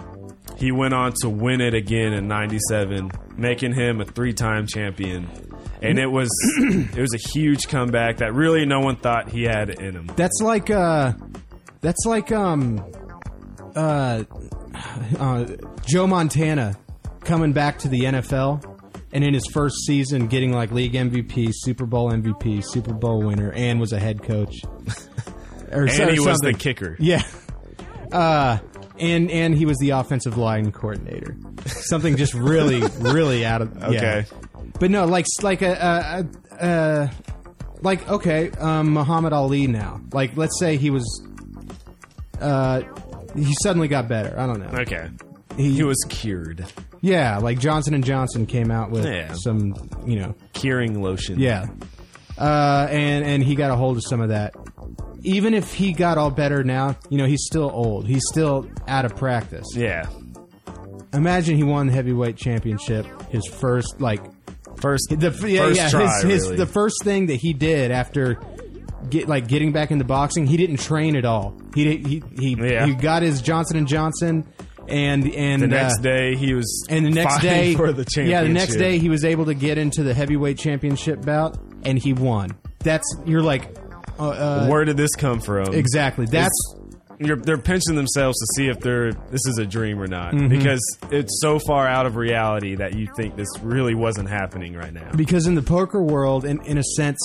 [SPEAKER 2] he went on to win it again in 97, making him a three-time champion. And it was [CLEARS THROAT] it was a huge comeback that really no one thought he had in him.
[SPEAKER 3] that's like uh that's like um uh, uh Joe Montana coming back to the NFL and in his first season getting like league MVP, Super Bowl MVP, Super Bowl winner and was a
[SPEAKER 2] [LAUGHS]
[SPEAKER 3] head coach. or so-
[SPEAKER 2] And he was the
[SPEAKER 3] something.
[SPEAKER 2] kicker.
[SPEAKER 3] Yeah. Uh and and he was the offensive line coordinator. Something
[SPEAKER 2] [LAUGHS]
[SPEAKER 3] just really really out of yeah.
[SPEAKER 2] Okay.
[SPEAKER 3] But no, like like a, a, a, a like okay, um, Muhammad Ali now. Like let's say he was uh he suddenly got better. I don't know.
[SPEAKER 2] Okay. He was cured.
[SPEAKER 3] Yeah, like Johnson and Johnson came out with
[SPEAKER 2] Yeah.
[SPEAKER 3] some, you know,
[SPEAKER 2] Curing lotion.
[SPEAKER 3] yeah. Uh, and and he got a hold of some of that. Even if he got all better now, you know, he's still old. He's still out of practice.
[SPEAKER 2] Yeah.
[SPEAKER 3] Imagine he won the heavyweight championship, his first like
[SPEAKER 2] First
[SPEAKER 3] the f- yeah,
[SPEAKER 2] First
[SPEAKER 3] yeah
[SPEAKER 2] try,
[SPEAKER 3] his, his
[SPEAKER 2] really.
[SPEAKER 3] the first thing that he did after get like getting back into boxing, he didn't train at all. He did, he he,
[SPEAKER 2] Yeah.
[SPEAKER 3] he got his Johnson and Johnson and and
[SPEAKER 2] the
[SPEAKER 3] uh,
[SPEAKER 2] next day he was
[SPEAKER 3] and the next
[SPEAKER 2] fighting [LAUGHS]
[SPEAKER 3] day
[SPEAKER 2] for the championship.
[SPEAKER 3] yeah the next day he was able to get into the heavyweight championship bout and he won that's you're like uh, uh,
[SPEAKER 2] where did this come from
[SPEAKER 3] exactly that's
[SPEAKER 2] you're, they're pinching themselves to see if they're this is a dream or not
[SPEAKER 3] Mm-hmm.
[SPEAKER 2] because it's so far out of reality that you think this really wasn't happening right now
[SPEAKER 3] because in the poker world in, in a sense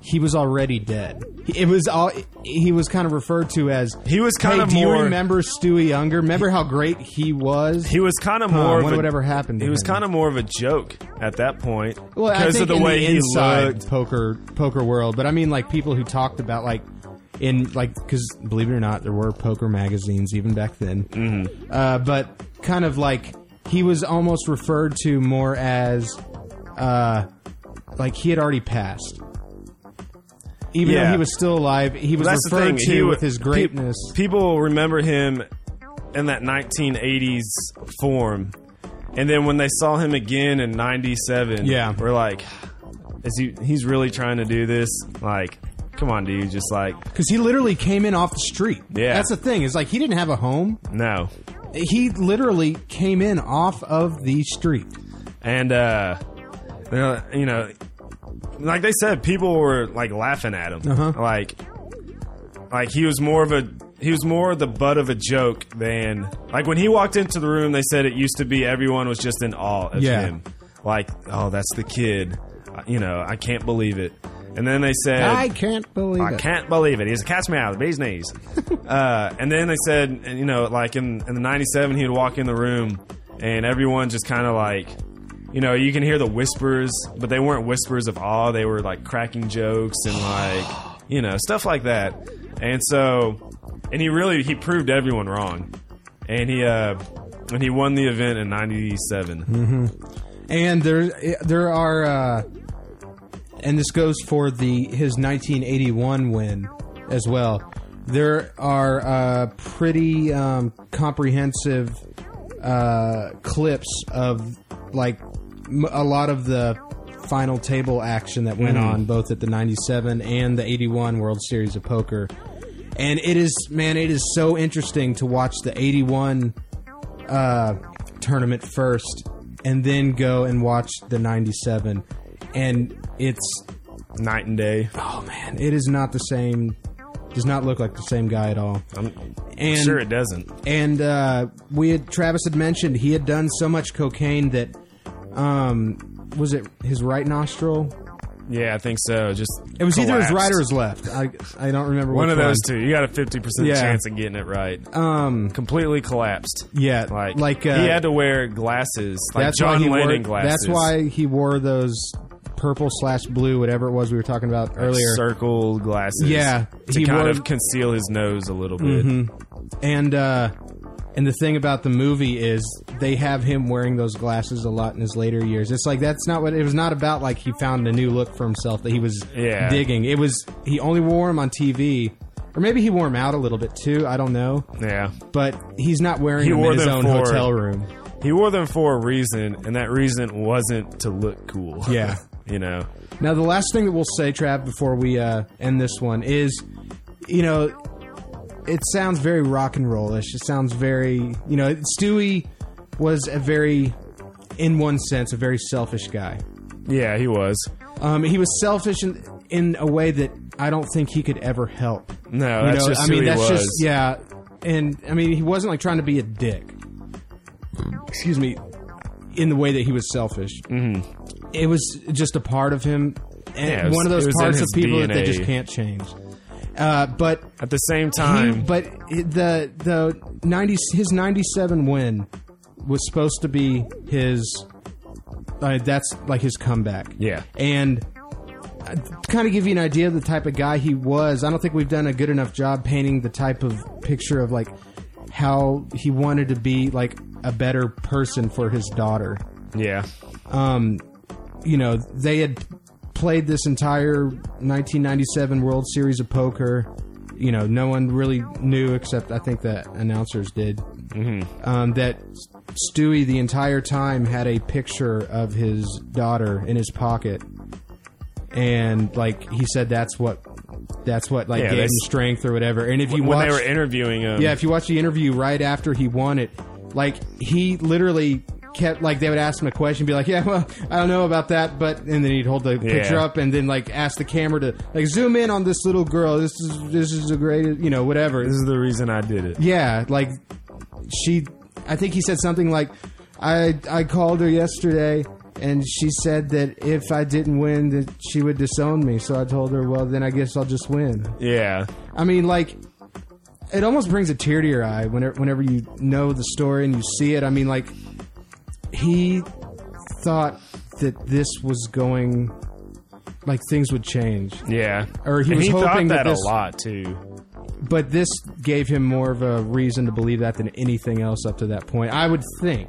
[SPEAKER 3] he was already dead. It was all he was kind of referred to as.
[SPEAKER 2] He was kind
[SPEAKER 3] "Hey,
[SPEAKER 2] of
[SPEAKER 3] Do
[SPEAKER 2] more-
[SPEAKER 3] you remember Stewie Younger? Remember how great he was?
[SPEAKER 2] He was kind of
[SPEAKER 3] Huh,
[SPEAKER 2] more. of
[SPEAKER 3] wonder
[SPEAKER 2] a,
[SPEAKER 3] whatever happened to
[SPEAKER 2] He was
[SPEAKER 3] him.
[SPEAKER 2] kind of more of a joke at that point
[SPEAKER 3] well, I
[SPEAKER 2] because
[SPEAKER 3] think
[SPEAKER 2] of the
[SPEAKER 3] in
[SPEAKER 2] way
[SPEAKER 3] the
[SPEAKER 2] he
[SPEAKER 3] inside
[SPEAKER 2] looked.
[SPEAKER 3] poker poker world, but I mean like people who talked about like in like because believe it or not, there were poker magazines even back then. Mm-hmm. Uh, but kind of like he was almost referred to more as uh, like he had already passed. Even
[SPEAKER 2] Yeah.
[SPEAKER 3] though he was still alive, he was
[SPEAKER 2] That's the
[SPEAKER 3] referred
[SPEAKER 2] thing.
[SPEAKER 3] to
[SPEAKER 2] he wa-
[SPEAKER 3] with his
[SPEAKER 2] pe-
[SPEAKER 3] greatness.
[SPEAKER 2] people remember him in that 1980s form, and then when they saw him again in '97,
[SPEAKER 3] Yeah.
[SPEAKER 2] we're like, is he? He's really trying to do this? Like, come on, dude! Just like,
[SPEAKER 3] Because he literally came in off the street.
[SPEAKER 2] Yeah.
[SPEAKER 3] that's the thing. Is like he didn't have a home.
[SPEAKER 2] no.
[SPEAKER 3] He literally came in off of the street.
[SPEAKER 2] and uh you know, you know like they said people were like laughing at him
[SPEAKER 3] Uh-huh.
[SPEAKER 2] like like he was more of a he was more the butt of a joke than like when he walked into the room they said it used to be everyone was just in awe of
[SPEAKER 3] Yeah.
[SPEAKER 2] him like oh that's the kid Uh, you know i can't believe it and then they said
[SPEAKER 3] I can't believe
[SPEAKER 2] I
[SPEAKER 3] it.
[SPEAKER 2] can't believe it. He's a catch me out of the bee's
[SPEAKER 3] [LAUGHS]
[SPEAKER 2] knees. uh, and then they said, and, you know, like in, in the 97, he would walk in the room and everyone just kind of like, you know, you can hear the whispers, but they weren't whispers of awe. They were like cracking jokes and
[SPEAKER 3] [GASPS]
[SPEAKER 2] like, you know, stuff like that. And so, and he really, he proved everyone wrong. And he, uh, and he won the event in 97.
[SPEAKER 3] Hmm. And there, there are, uh, and this goes for the his 1981 win as well. There are uh, pretty um, comprehensive uh, clips of like m- a lot of the final table action that went on both at the 97 and the 81 World Series of Poker. And it is, man, it is so interesting to watch the 81 uh, tournament first and then go and watch the 97 and it's
[SPEAKER 2] Night and day.
[SPEAKER 3] oh man it is not the same does not look like the same guy at all
[SPEAKER 2] I'm
[SPEAKER 3] and
[SPEAKER 2] sure it doesn't.
[SPEAKER 3] and uh, we had Travis had mentioned he had done so much cocaine that um was it his right nostril
[SPEAKER 2] Yeah, I think so. Just
[SPEAKER 3] it was either his right
[SPEAKER 2] collapsed.
[SPEAKER 3] or his left I I don't remember
[SPEAKER 2] One
[SPEAKER 3] which
[SPEAKER 2] of those two. You got a fifty percent
[SPEAKER 3] Yeah.
[SPEAKER 2] chance of getting it right.
[SPEAKER 3] um
[SPEAKER 2] Completely collapsed.
[SPEAKER 3] yeah
[SPEAKER 2] Like,
[SPEAKER 3] like uh,
[SPEAKER 2] he had to wear glasses, like
[SPEAKER 3] that's
[SPEAKER 2] John
[SPEAKER 3] why he
[SPEAKER 2] Lennon
[SPEAKER 3] wore,
[SPEAKER 2] glasses.
[SPEAKER 3] That's why he wore those purple slash blue, whatever it was we were talking about
[SPEAKER 2] Like,
[SPEAKER 3] earlier.
[SPEAKER 2] circled glasses.
[SPEAKER 3] Yeah,
[SPEAKER 2] to
[SPEAKER 3] he
[SPEAKER 2] kind
[SPEAKER 3] wore- Mm-hmm.
[SPEAKER 2] of conceal his nose a little bit.
[SPEAKER 3] And uh, and the thing about the movie is they have him wearing those glasses a lot in his later years. It's like that's not what it was not about. Like he found a new look for himself that he was
[SPEAKER 2] Yeah.
[SPEAKER 3] digging. It was he only wore them on TV. Or maybe he wore them out a little bit too. I don't know,
[SPEAKER 2] Yeah,
[SPEAKER 3] but he's not wearing
[SPEAKER 2] He
[SPEAKER 3] them
[SPEAKER 2] wore
[SPEAKER 3] in his
[SPEAKER 2] them
[SPEAKER 3] own
[SPEAKER 2] for-
[SPEAKER 3] hotel room.
[SPEAKER 2] he wore them for a reason, and that reason wasn't to look cool.
[SPEAKER 3] Yeah.
[SPEAKER 2] [LAUGHS] you know.
[SPEAKER 3] Now, the last thing that we'll say, Trav, before we uh, end this one is, you know, it sounds very rock and rollish. It sounds very, you know, Stewie was a very, in one sense, a very selfish guy.
[SPEAKER 2] Yeah, he was.
[SPEAKER 3] Um, he was selfish in, in a way that I don't think he could ever help.
[SPEAKER 2] No,
[SPEAKER 3] you
[SPEAKER 2] that's
[SPEAKER 3] know,
[SPEAKER 2] just
[SPEAKER 3] I
[SPEAKER 2] who
[SPEAKER 3] mean,
[SPEAKER 2] he
[SPEAKER 3] that's
[SPEAKER 2] was.
[SPEAKER 3] just yeah. And I mean, he wasn't like trying to be a dick. Excuse me, in the way that he was selfish. Mm-hmm. It was just a part of him, and
[SPEAKER 2] Yeah, it was-
[SPEAKER 3] one of those
[SPEAKER 2] it was in
[SPEAKER 3] parts of
[SPEAKER 2] his
[SPEAKER 3] people that they
[SPEAKER 2] DNA.
[SPEAKER 3] just can't change. Uh, but
[SPEAKER 2] At the same
[SPEAKER 3] he,
[SPEAKER 2] time,
[SPEAKER 3] but the the ninety his ninety seven win was supposed to be his. Uh, that's like his comeback.
[SPEAKER 2] Yeah.
[SPEAKER 3] and uh, to kind of give you an idea of the type of guy he was. I don't think we've done a good enough job painting the type of picture of like how he wanted to be like a better person for his daughter
[SPEAKER 2] yeah,
[SPEAKER 3] um, you know, they had played this entire 1997 World Series of Poker. You know, no one really knew except I think the announcers did. Mm-hmm. Um, that Stewie the entire time had a picture of his daughter in his pocket, and like he said, that's what that's what like
[SPEAKER 2] Yeah,
[SPEAKER 3] gave
[SPEAKER 2] they
[SPEAKER 3] him
[SPEAKER 2] s-
[SPEAKER 3] strength or whatever. And if you
[SPEAKER 2] when
[SPEAKER 3] watch,
[SPEAKER 2] they were interviewing him,
[SPEAKER 3] yeah, if you watch the interview right after he won it, like he literally kept like they would ask him a question, be like, "Yeah, well, I don't know about that," but and then he'd hold the picture up and then like ask the camera to like zoom in on this little girl. This is this is the greatest, you know, whatever.
[SPEAKER 2] this is the reason I did it.
[SPEAKER 3] Yeah, like she. I think he said something like, "I I called her yesterday, and she said that if I didn't win, that she would disown me. So I told her, well, then I guess I'll just win.
[SPEAKER 2] Yeah.
[SPEAKER 3] I mean, like, it almost brings a tear to your eye whenever, whenever you know the story and you see it. I mean, like, he thought that this was going, like, things would change.
[SPEAKER 2] Yeah.
[SPEAKER 3] Or he
[SPEAKER 2] and
[SPEAKER 3] was
[SPEAKER 2] he thought
[SPEAKER 3] hoping
[SPEAKER 2] that
[SPEAKER 3] that this-
[SPEAKER 2] a lot too.
[SPEAKER 3] But this gave him more of a reason to believe that than anything else up to that point. I would think.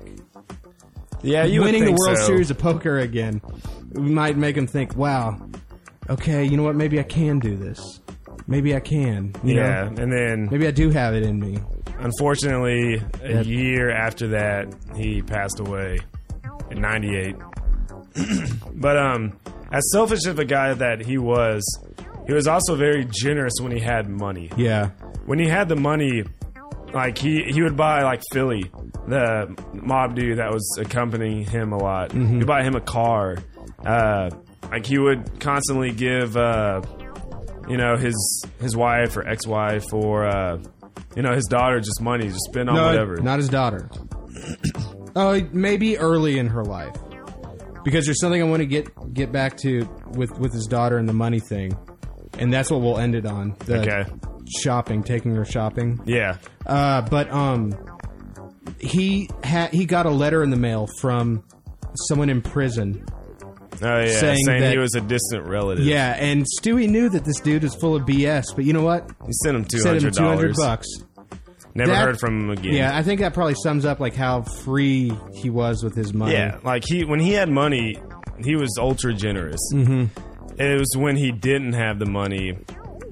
[SPEAKER 2] Yeah, you would
[SPEAKER 3] winning
[SPEAKER 2] think
[SPEAKER 3] the World
[SPEAKER 2] so.
[SPEAKER 3] Series of Poker again might make him think, wow, okay, you know what? Maybe I can do this. Maybe I can. You know?
[SPEAKER 2] Yeah, and then
[SPEAKER 3] Maybe I do have it in me.
[SPEAKER 2] unfortunately, a year after that, he passed away in '98. [CLEARS THROAT] but um, as selfish of a guy that he was, he was also very generous when he had money.
[SPEAKER 3] Yeah.
[SPEAKER 2] when he had the money, like he he would buy like Philly, the mob dude that was accompanying him a lot.
[SPEAKER 3] Mm-hmm.
[SPEAKER 2] He'd buy him a car. Uh, like he would constantly give, uh, you know, his his wife or ex wife or uh, you know his daughter just money, just spend on whatever.
[SPEAKER 3] not his daughter. [CLEARS THROAT] oh, maybe early in her life, because there's something I want to get get back to with with his daughter and the money thing, and that's what we'll end it on. The
[SPEAKER 2] Okay.
[SPEAKER 3] Shopping, taking her shopping.
[SPEAKER 2] yeah, Oh,
[SPEAKER 3] Uh, but um, he had he got a letter in the mail from someone in prison.
[SPEAKER 2] oh yeah,
[SPEAKER 3] Saying
[SPEAKER 2] saying,
[SPEAKER 3] that-
[SPEAKER 2] he was a distant relative.
[SPEAKER 3] Yeah, and Stewie knew that this dude was full of BS, but you know what?
[SPEAKER 2] he sent him two
[SPEAKER 3] Sent him
[SPEAKER 2] hundred
[SPEAKER 3] two hundred
[SPEAKER 2] dollars.
[SPEAKER 3] bucks.
[SPEAKER 2] Never
[SPEAKER 3] That-
[SPEAKER 2] heard from him again.
[SPEAKER 3] Yeah, I think that probably sums up like how free he was with his money.
[SPEAKER 2] Yeah, like he when he had money, he was ultra generous. Mm-hmm. It was when he didn't have the money,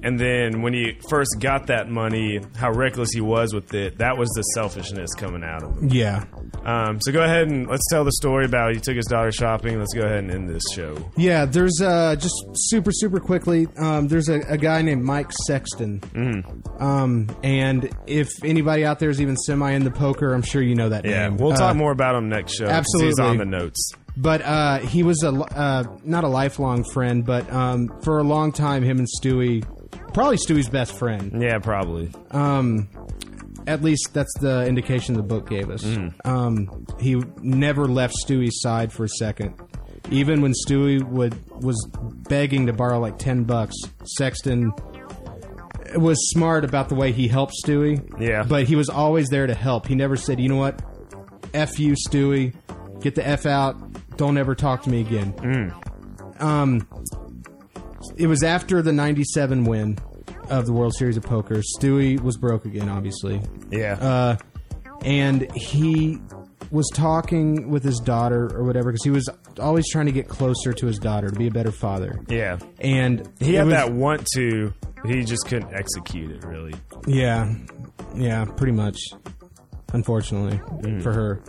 [SPEAKER 2] and then when he first got that money, how reckless he was with it. That was the selfishness coming out of him.
[SPEAKER 3] Yeah.
[SPEAKER 2] Um, so go ahead and let's tell the story about he took his daughter shopping. Let's go ahead and end this show.
[SPEAKER 3] Yeah, there's uh, just super, super quickly. Um, there's a, a guy named Mike Sexton.
[SPEAKER 2] Mm-hmm.
[SPEAKER 3] Um, and if anybody out there is even semi into poker, I'm sure you know that
[SPEAKER 2] Yeah,
[SPEAKER 3] name.
[SPEAKER 2] we'll talk
[SPEAKER 3] Uh,
[SPEAKER 2] more about him next show. 'cause he's
[SPEAKER 3] absolutely.
[SPEAKER 2] on the notes.
[SPEAKER 3] But uh, he was a li- uh, not a lifelong friend, but um, for a long time, him and Stewie, probably Stewie's best friend.
[SPEAKER 2] Yeah, probably.
[SPEAKER 3] um, at least that's the indication the book gave us. Um, he never left Stewie's side for a second. Even when Stewie would was begging to borrow like ten bucks, Sexton was smart about the way he helped Stewie.
[SPEAKER 2] Yeah.
[SPEAKER 3] but he was always there to help. He never said, "You know what? F you, Stewie. Get the f out. Don't ever talk to me again." Um, it was after the '97 win of the World Series of Poker. Stewie was broke again, obviously,
[SPEAKER 2] Yeah,
[SPEAKER 3] uh, and he was talking with his daughter or whatever because he was always trying to get closer to his daughter to be a better father.
[SPEAKER 2] yeah.
[SPEAKER 3] And
[SPEAKER 2] He
[SPEAKER 3] it
[SPEAKER 2] had
[SPEAKER 3] was-
[SPEAKER 2] that want to. He just couldn't execute it really.
[SPEAKER 3] Yeah, yeah, pretty much. Unfortunately
[SPEAKER 2] Mm.
[SPEAKER 3] for her.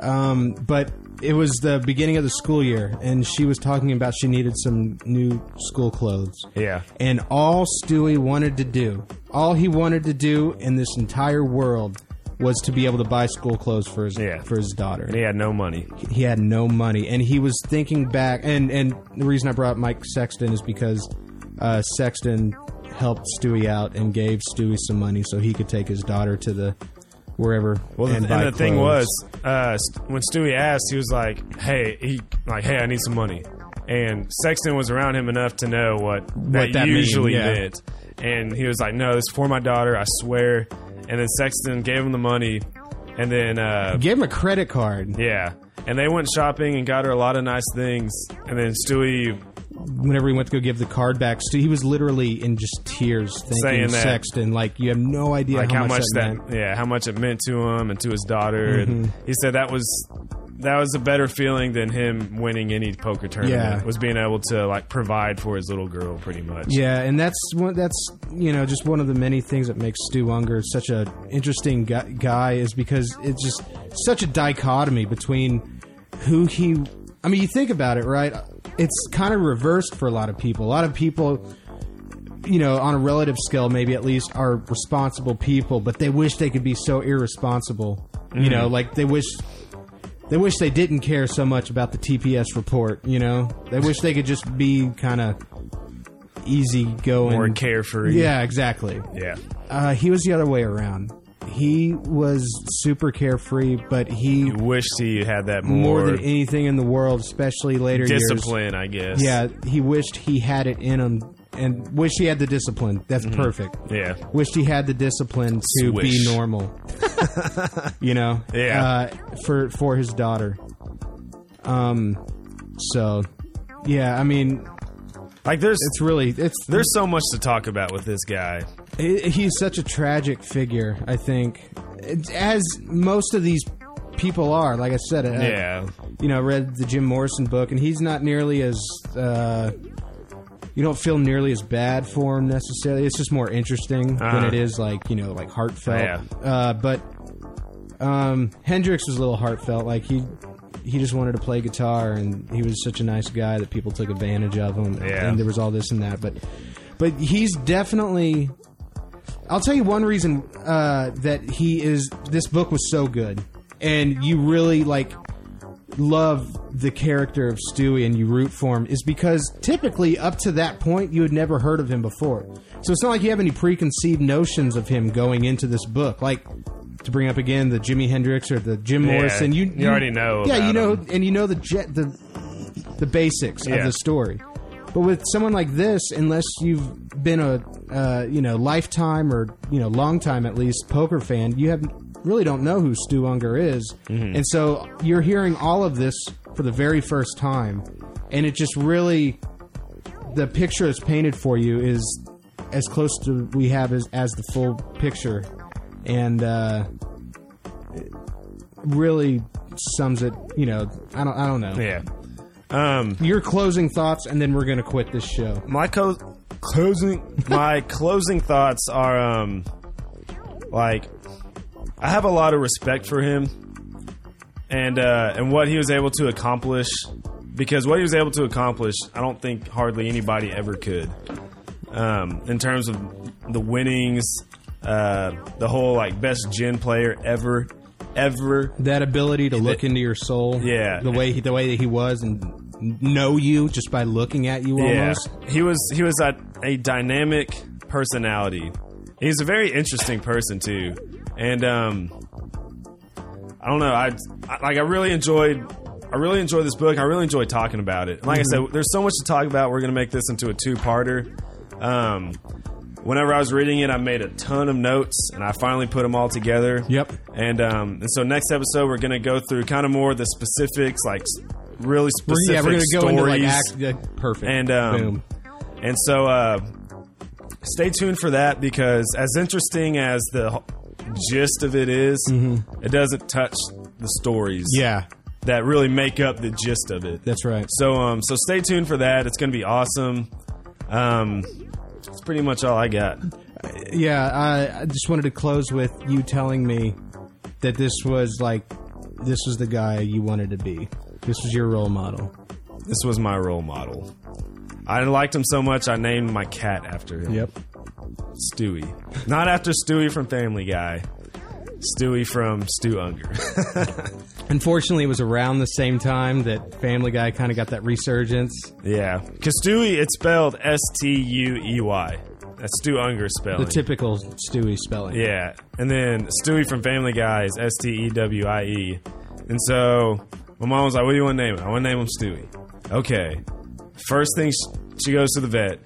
[SPEAKER 3] Um, but it was the beginning of the school year, and she was talking about she needed some new school clothes.
[SPEAKER 2] Yeah,
[SPEAKER 3] And all Stewie wanted to do, all he wanted to do in this entire world, was to be able to buy school clothes for his
[SPEAKER 2] Yeah.
[SPEAKER 3] for his daughter
[SPEAKER 2] and he had no money.
[SPEAKER 3] he had no money and he was thinking back and and the reason i brought up mike sexton is because uh, sexton helped stewie out and gave stewie some money so he could take his daughter to the wherever
[SPEAKER 2] Well,
[SPEAKER 3] and,
[SPEAKER 2] and,
[SPEAKER 3] buy
[SPEAKER 2] the thing was,
[SPEAKER 3] clothes.
[SPEAKER 2] uh, st- when Stewie asked, he was like, "Hey, he like, hey, I need some money." And Sexton was around him enough to know what that,
[SPEAKER 3] that mean,
[SPEAKER 2] usually
[SPEAKER 3] yeah.
[SPEAKER 2] meant. And he was like, "No, this is for my daughter, I swear." And then Sexton gave him the money, and then uh,
[SPEAKER 3] gave him a credit card
[SPEAKER 2] yeah, and they went shopping and got her a lot of nice things. And then Stewie
[SPEAKER 3] whenever he went to go give the card back Stewie, he was literally in just tears
[SPEAKER 2] Saying
[SPEAKER 3] thanking
[SPEAKER 2] that.
[SPEAKER 3] sexton like you have no idea
[SPEAKER 2] like
[SPEAKER 3] how, much,
[SPEAKER 2] that,
[SPEAKER 3] meant. Mm-hmm.
[SPEAKER 2] yeah how much it meant to him and to his daughter and he said that was that was a better feeling than him winning any poker tournament
[SPEAKER 3] Yeah.
[SPEAKER 2] was being able to like provide for his little girl pretty much
[SPEAKER 3] Yeah, and that's one. That's you know just one of the many things that makes Stu Unger such a interesting gu- guy is because it's just such a dichotomy between who he. I mean, you think about it, right? It's kind of reversed for a lot of people. A lot of people, you know, on a relative scale, maybe at least, are responsible people, but they wish they could be so irresponsible.
[SPEAKER 2] Mm.
[SPEAKER 3] You know, like they wish they wish they didn't care so much about the TPS report, you know? They wish they could just be kind of easy going.
[SPEAKER 2] more carefree
[SPEAKER 3] Yeah, exactly.
[SPEAKER 2] yeah
[SPEAKER 3] Uh, he was the other way around. he was super carefree, but he
[SPEAKER 2] You wish he had that
[SPEAKER 3] more
[SPEAKER 2] more,
[SPEAKER 3] than anything in the world, especially later years.
[SPEAKER 2] discipline, I guess.
[SPEAKER 3] Yeah, he wished he had it in him, and wished he had the discipline. That's
[SPEAKER 2] Mm-hmm.
[SPEAKER 3] perfect.
[SPEAKER 2] Yeah.
[SPEAKER 3] Wished he had the discipline to
[SPEAKER 2] Swish.
[SPEAKER 3] be
[SPEAKER 2] [LAUGHS]
[SPEAKER 3] normal. you know.
[SPEAKER 2] Yeah.
[SPEAKER 3] Uh, for for his daughter. Um. So, yeah. I mean,
[SPEAKER 2] Like there's
[SPEAKER 3] it's really it's
[SPEAKER 2] there's so much to talk about with this guy.
[SPEAKER 3] he- he's such a tragic figure. I think, It's- as most of these people are. Like I said, uh,
[SPEAKER 2] Yeah.
[SPEAKER 3] you know, read the Jim Morrison book, and he's not nearly as. Uh, you don't feel nearly as bad for him necessarily. It's just more interesting than
[SPEAKER 2] Uh-huh.
[SPEAKER 3] it is like you know, like heartfelt.
[SPEAKER 2] Yeah.
[SPEAKER 3] Uh, but um, Hendrix was a little heartfelt. Like he he just wanted to play guitar, and he was such a nice guy that people took advantage of him.
[SPEAKER 2] Yeah.
[SPEAKER 3] And there was all this and that, but but he's definitely. I'll tell you one reason uh, that he is. This book was so good, and you really like love the character of Stewie and you root for him is because typically up to that point you had never heard of him before. So it's not like you have any preconceived notions of him going into this book. Like to bring up again the Jimi Hendrix or the Jim
[SPEAKER 2] Yeah,
[SPEAKER 3] Morrison, you,
[SPEAKER 2] you already know
[SPEAKER 3] Yeah, you
[SPEAKER 2] about
[SPEAKER 3] know,
[SPEAKER 2] him.
[SPEAKER 3] and you know the jet the the basics of
[SPEAKER 2] Yeah.
[SPEAKER 3] the story. But with someone like this, unless you've been a uh, you know lifetime or you know long time at least poker fan, you have really don't know who Stu Unger is,
[SPEAKER 2] Mm-hmm.
[SPEAKER 3] and so you're hearing all of this for the very first time, and it just really the picture that's painted for you is as close to we have as as the full picture, and uh, it really sums it. You know, I don't I don't know
[SPEAKER 2] Yeah. Um
[SPEAKER 3] your closing thoughts, and then we're gonna quit this show.
[SPEAKER 2] my co- closing my closing thoughts are um like I have a lot of respect for him and uh, and what he was able to accomplish because what he was able to accomplish I don't think hardly anybody ever could um, in terms of the winnings uh, the whole like best gen player ever ever
[SPEAKER 3] That ability to look into your soul,
[SPEAKER 2] Yeah.
[SPEAKER 3] the way he, the way that he was, and know you just by looking at you, almost.
[SPEAKER 2] Yeah. He was he was a, a dynamic personality. He's a very interesting person too, and um, I don't know. I, I like I really enjoyed. I really enjoyed this book. I really enjoyed talking about it. And Like
[SPEAKER 3] Mm-hmm.
[SPEAKER 2] I said, there's so much to talk about. We're gonna make this into a two-parter. Um, whenever I was reading it, I made a ton of notes, and I finally put them all together.
[SPEAKER 3] Yep.
[SPEAKER 2] And um, and so next episode, we're gonna go through kind of more of the specifics, like s- really
[SPEAKER 3] We're,
[SPEAKER 2] specific
[SPEAKER 3] yeah, we're gonna go
[SPEAKER 2] stories.
[SPEAKER 3] into like act yeah, perfect
[SPEAKER 2] And um,
[SPEAKER 3] Boom.
[SPEAKER 2] and so uh, stay tuned for that because as interesting as the h- gist of it is, it doesn't touch the stories
[SPEAKER 3] Yeah,
[SPEAKER 2] that really make up the gist of it.
[SPEAKER 3] that's right.
[SPEAKER 2] So um, so stay tuned for that. It's going to be awesome. Um, that's pretty much all I got.
[SPEAKER 3] Yeah, I, I just wanted to close with you telling me that this was like this was the guy you wanted to be. This was your role model.
[SPEAKER 2] This was my role model. I liked him so much, I named my cat after him. Stewie. Not after Stewie from Family Guy. Stewie from Stu Unger.
[SPEAKER 3] Unfortunately, it was around the same time that Family Guy kind of got that resurgence.
[SPEAKER 2] Yeah, Kastui. It's spelled S T U E Y. That's Stu Unger
[SPEAKER 3] The
[SPEAKER 2] spelling.
[SPEAKER 3] typical Stewie spelling.
[SPEAKER 2] yeah, and then Stewie from Family Guy is S T E W I E. And so my mom was like, "What do you want to name him? I want to name him Stewie." Okay. First thing sh- she goes to the vet.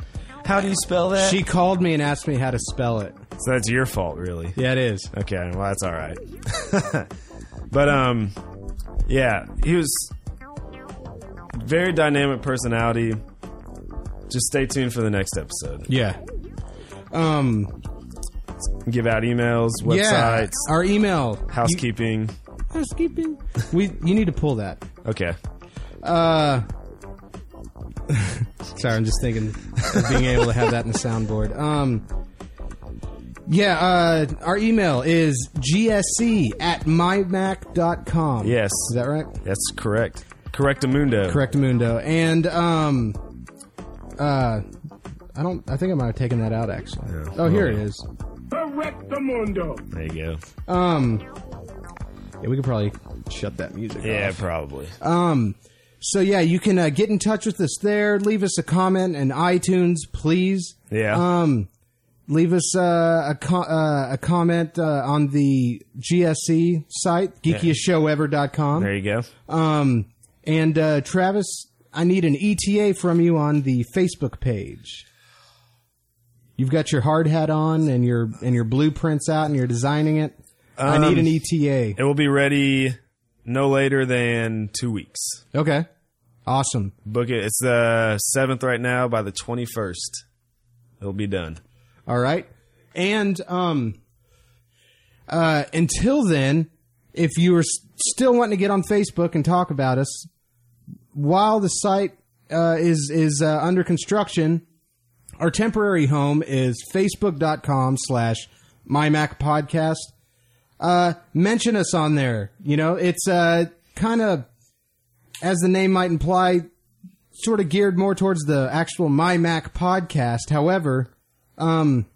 [SPEAKER 2] How do you spell that?
[SPEAKER 3] She called me and asked me how to spell it.
[SPEAKER 2] so that's your fault, really.
[SPEAKER 3] Yeah, it is.
[SPEAKER 2] Okay, well that's all right. [LAUGHS] but um, yeah, he was very dynamic personality. Just stay tuned for the next episode.
[SPEAKER 3] Yeah. Um.
[SPEAKER 2] give out emails, websites,
[SPEAKER 3] Yeah. Our email. You,
[SPEAKER 2] housekeeping.
[SPEAKER 3] housekeeping. We. You need to pull that.
[SPEAKER 2] okay.
[SPEAKER 3] Uh. sorry, I'm just thinking of being able to have that in the soundboard. Um. Yeah, uh, our email is gsc at mymac.com.
[SPEAKER 2] Yes.
[SPEAKER 3] Is that right?
[SPEAKER 2] That's correct. Correctamundo.
[SPEAKER 3] Correct Mundo. And um uh I don't I think I might have taken that out actually.
[SPEAKER 2] Yeah.
[SPEAKER 3] Oh here it is.
[SPEAKER 2] There you go.
[SPEAKER 3] Um Yeah, we could probably shut that music
[SPEAKER 2] Yeah,
[SPEAKER 3] off.
[SPEAKER 2] probably.
[SPEAKER 3] Um so yeah, you can uh, get in touch with us there, leave us a comment and iTunes, please.
[SPEAKER 2] yeah.
[SPEAKER 3] Um Leave us uh, a co- uh, a comment uh, on the GSC site, geekiestshowever.com.
[SPEAKER 2] There you go.
[SPEAKER 3] Um, and uh, Travis, I need an ETA from you on the Facebook page. You've got your hard hat on and your and your blueprints out and you're designing it. I
[SPEAKER 2] Um,
[SPEAKER 3] need an E ETA.
[SPEAKER 2] It will be ready no later than two weeks.
[SPEAKER 3] Okay. Awesome.
[SPEAKER 2] Book it. It's the seventh right now. By the twenty first, it'll be done.
[SPEAKER 3] All right. And um uh until then, if you are s- still wanting to get on Facebook and talk about us while the site uh, is is uh, under construction, our temporary home is facebook.com slash mymacpodcast. Uh, mention us on there. You know, it's uh, kind of, as the name might imply, sort of geared more towards the actual My Mac podcast. However, um,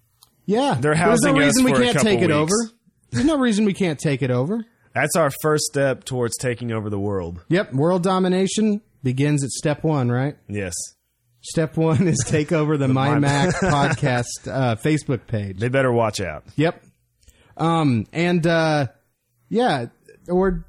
[SPEAKER 3] yeah,
[SPEAKER 2] They're
[SPEAKER 3] there's no
[SPEAKER 2] housing us
[SPEAKER 3] reason we
[SPEAKER 2] for a
[SPEAKER 3] can't
[SPEAKER 2] couple
[SPEAKER 3] take it
[SPEAKER 2] weeks.
[SPEAKER 3] over. There's no reason we can't take it over.
[SPEAKER 2] That's our first step towards taking over the world.
[SPEAKER 3] Yep, world domination begins at step one, right?
[SPEAKER 2] Yes,
[SPEAKER 3] Step one is [LAUGHS] take over the, My
[SPEAKER 2] My-
[SPEAKER 3] Mac [LAUGHS] podcast uh, Facebook page.
[SPEAKER 2] they better watch out.
[SPEAKER 3] Yep. Um, and uh, yeah, or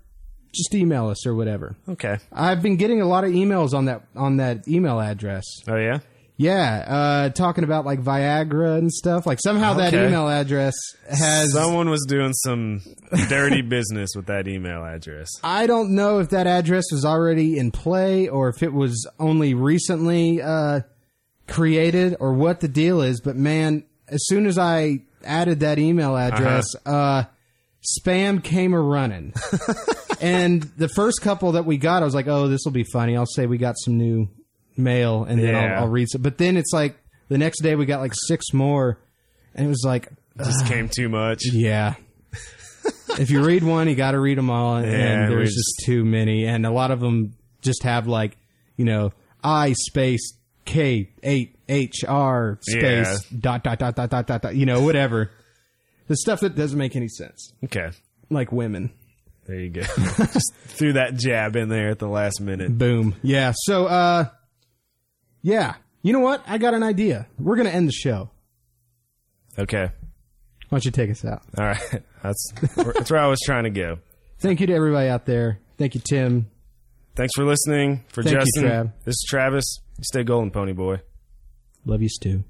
[SPEAKER 3] just email us or whatever.
[SPEAKER 2] Okay.
[SPEAKER 3] I've been getting a lot of emails on that on that email address.
[SPEAKER 2] Oh yeah.
[SPEAKER 3] Yeah, uh, talking about like Viagra and stuff. Like somehow that
[SPEAKER 2] Okay.
[SPEAKER 3] email address has.
[SPEAKER 2] Someone was doing some
[SPEAKER 3] [LAUGHS]
[SPEAKER 2] dirty business with that email address.
[SPEAKER 3] I don't know if that address was already in play or if it was only recently uh, created or what the deal is, but man, as soon as I added that email address, uh spam came a running. and the first couple that we got, I was like, oh, this will be funny. I'll say we got some new mail and then
[SPEAKER 2] Yeah.
[SPEAKER 3] I'll, I'll read some. But then it's like the next day we got like six more, and it was like,
[SPEAKER 2] Just came too much.
[SPEAKER 3] yeah. if you read one, you got to read them all, and,
[SPEAKER 2] Yeah,
[SPEAKER 3] there's
[SPEAKER 2] we
[SPEAKER 3] just too many, and a lot of them just have like, you know, I space K eight H R space dot dot dot dot dot dot dot, you know, whatever. the stuff that doesn't make any sense,
[SPEAKER 2] Okay.
[SPEAKER 3] like women.
[SPEAKER 2] There you go. [LAUGHS] Just threw that jab in there at the last minute.
[SPEAKER 3] Boom. Yeah. So, uh, yeah. You know what? I got an idea. We're gonna end the show.
[SPEAKER 2] Okay.
[SPEAKER 3] Why don't you take us out?
[SPEAKER 2] All right. [LAUGHS] That's that's where I was trying to go.
[SPEAKER 3] Thank you to everybody out there. Thank you, Tim.
[SPEAKER 2] Thanks for listening. For
[SPEAKER 3] Thank you,
[SPEAKER 2] Justin,
[SPEAKER 3] Trav.
[SPEAKER 2] this is Travis. Stay golden, pony boy.
[SPEAKER 3] Love you, Stu.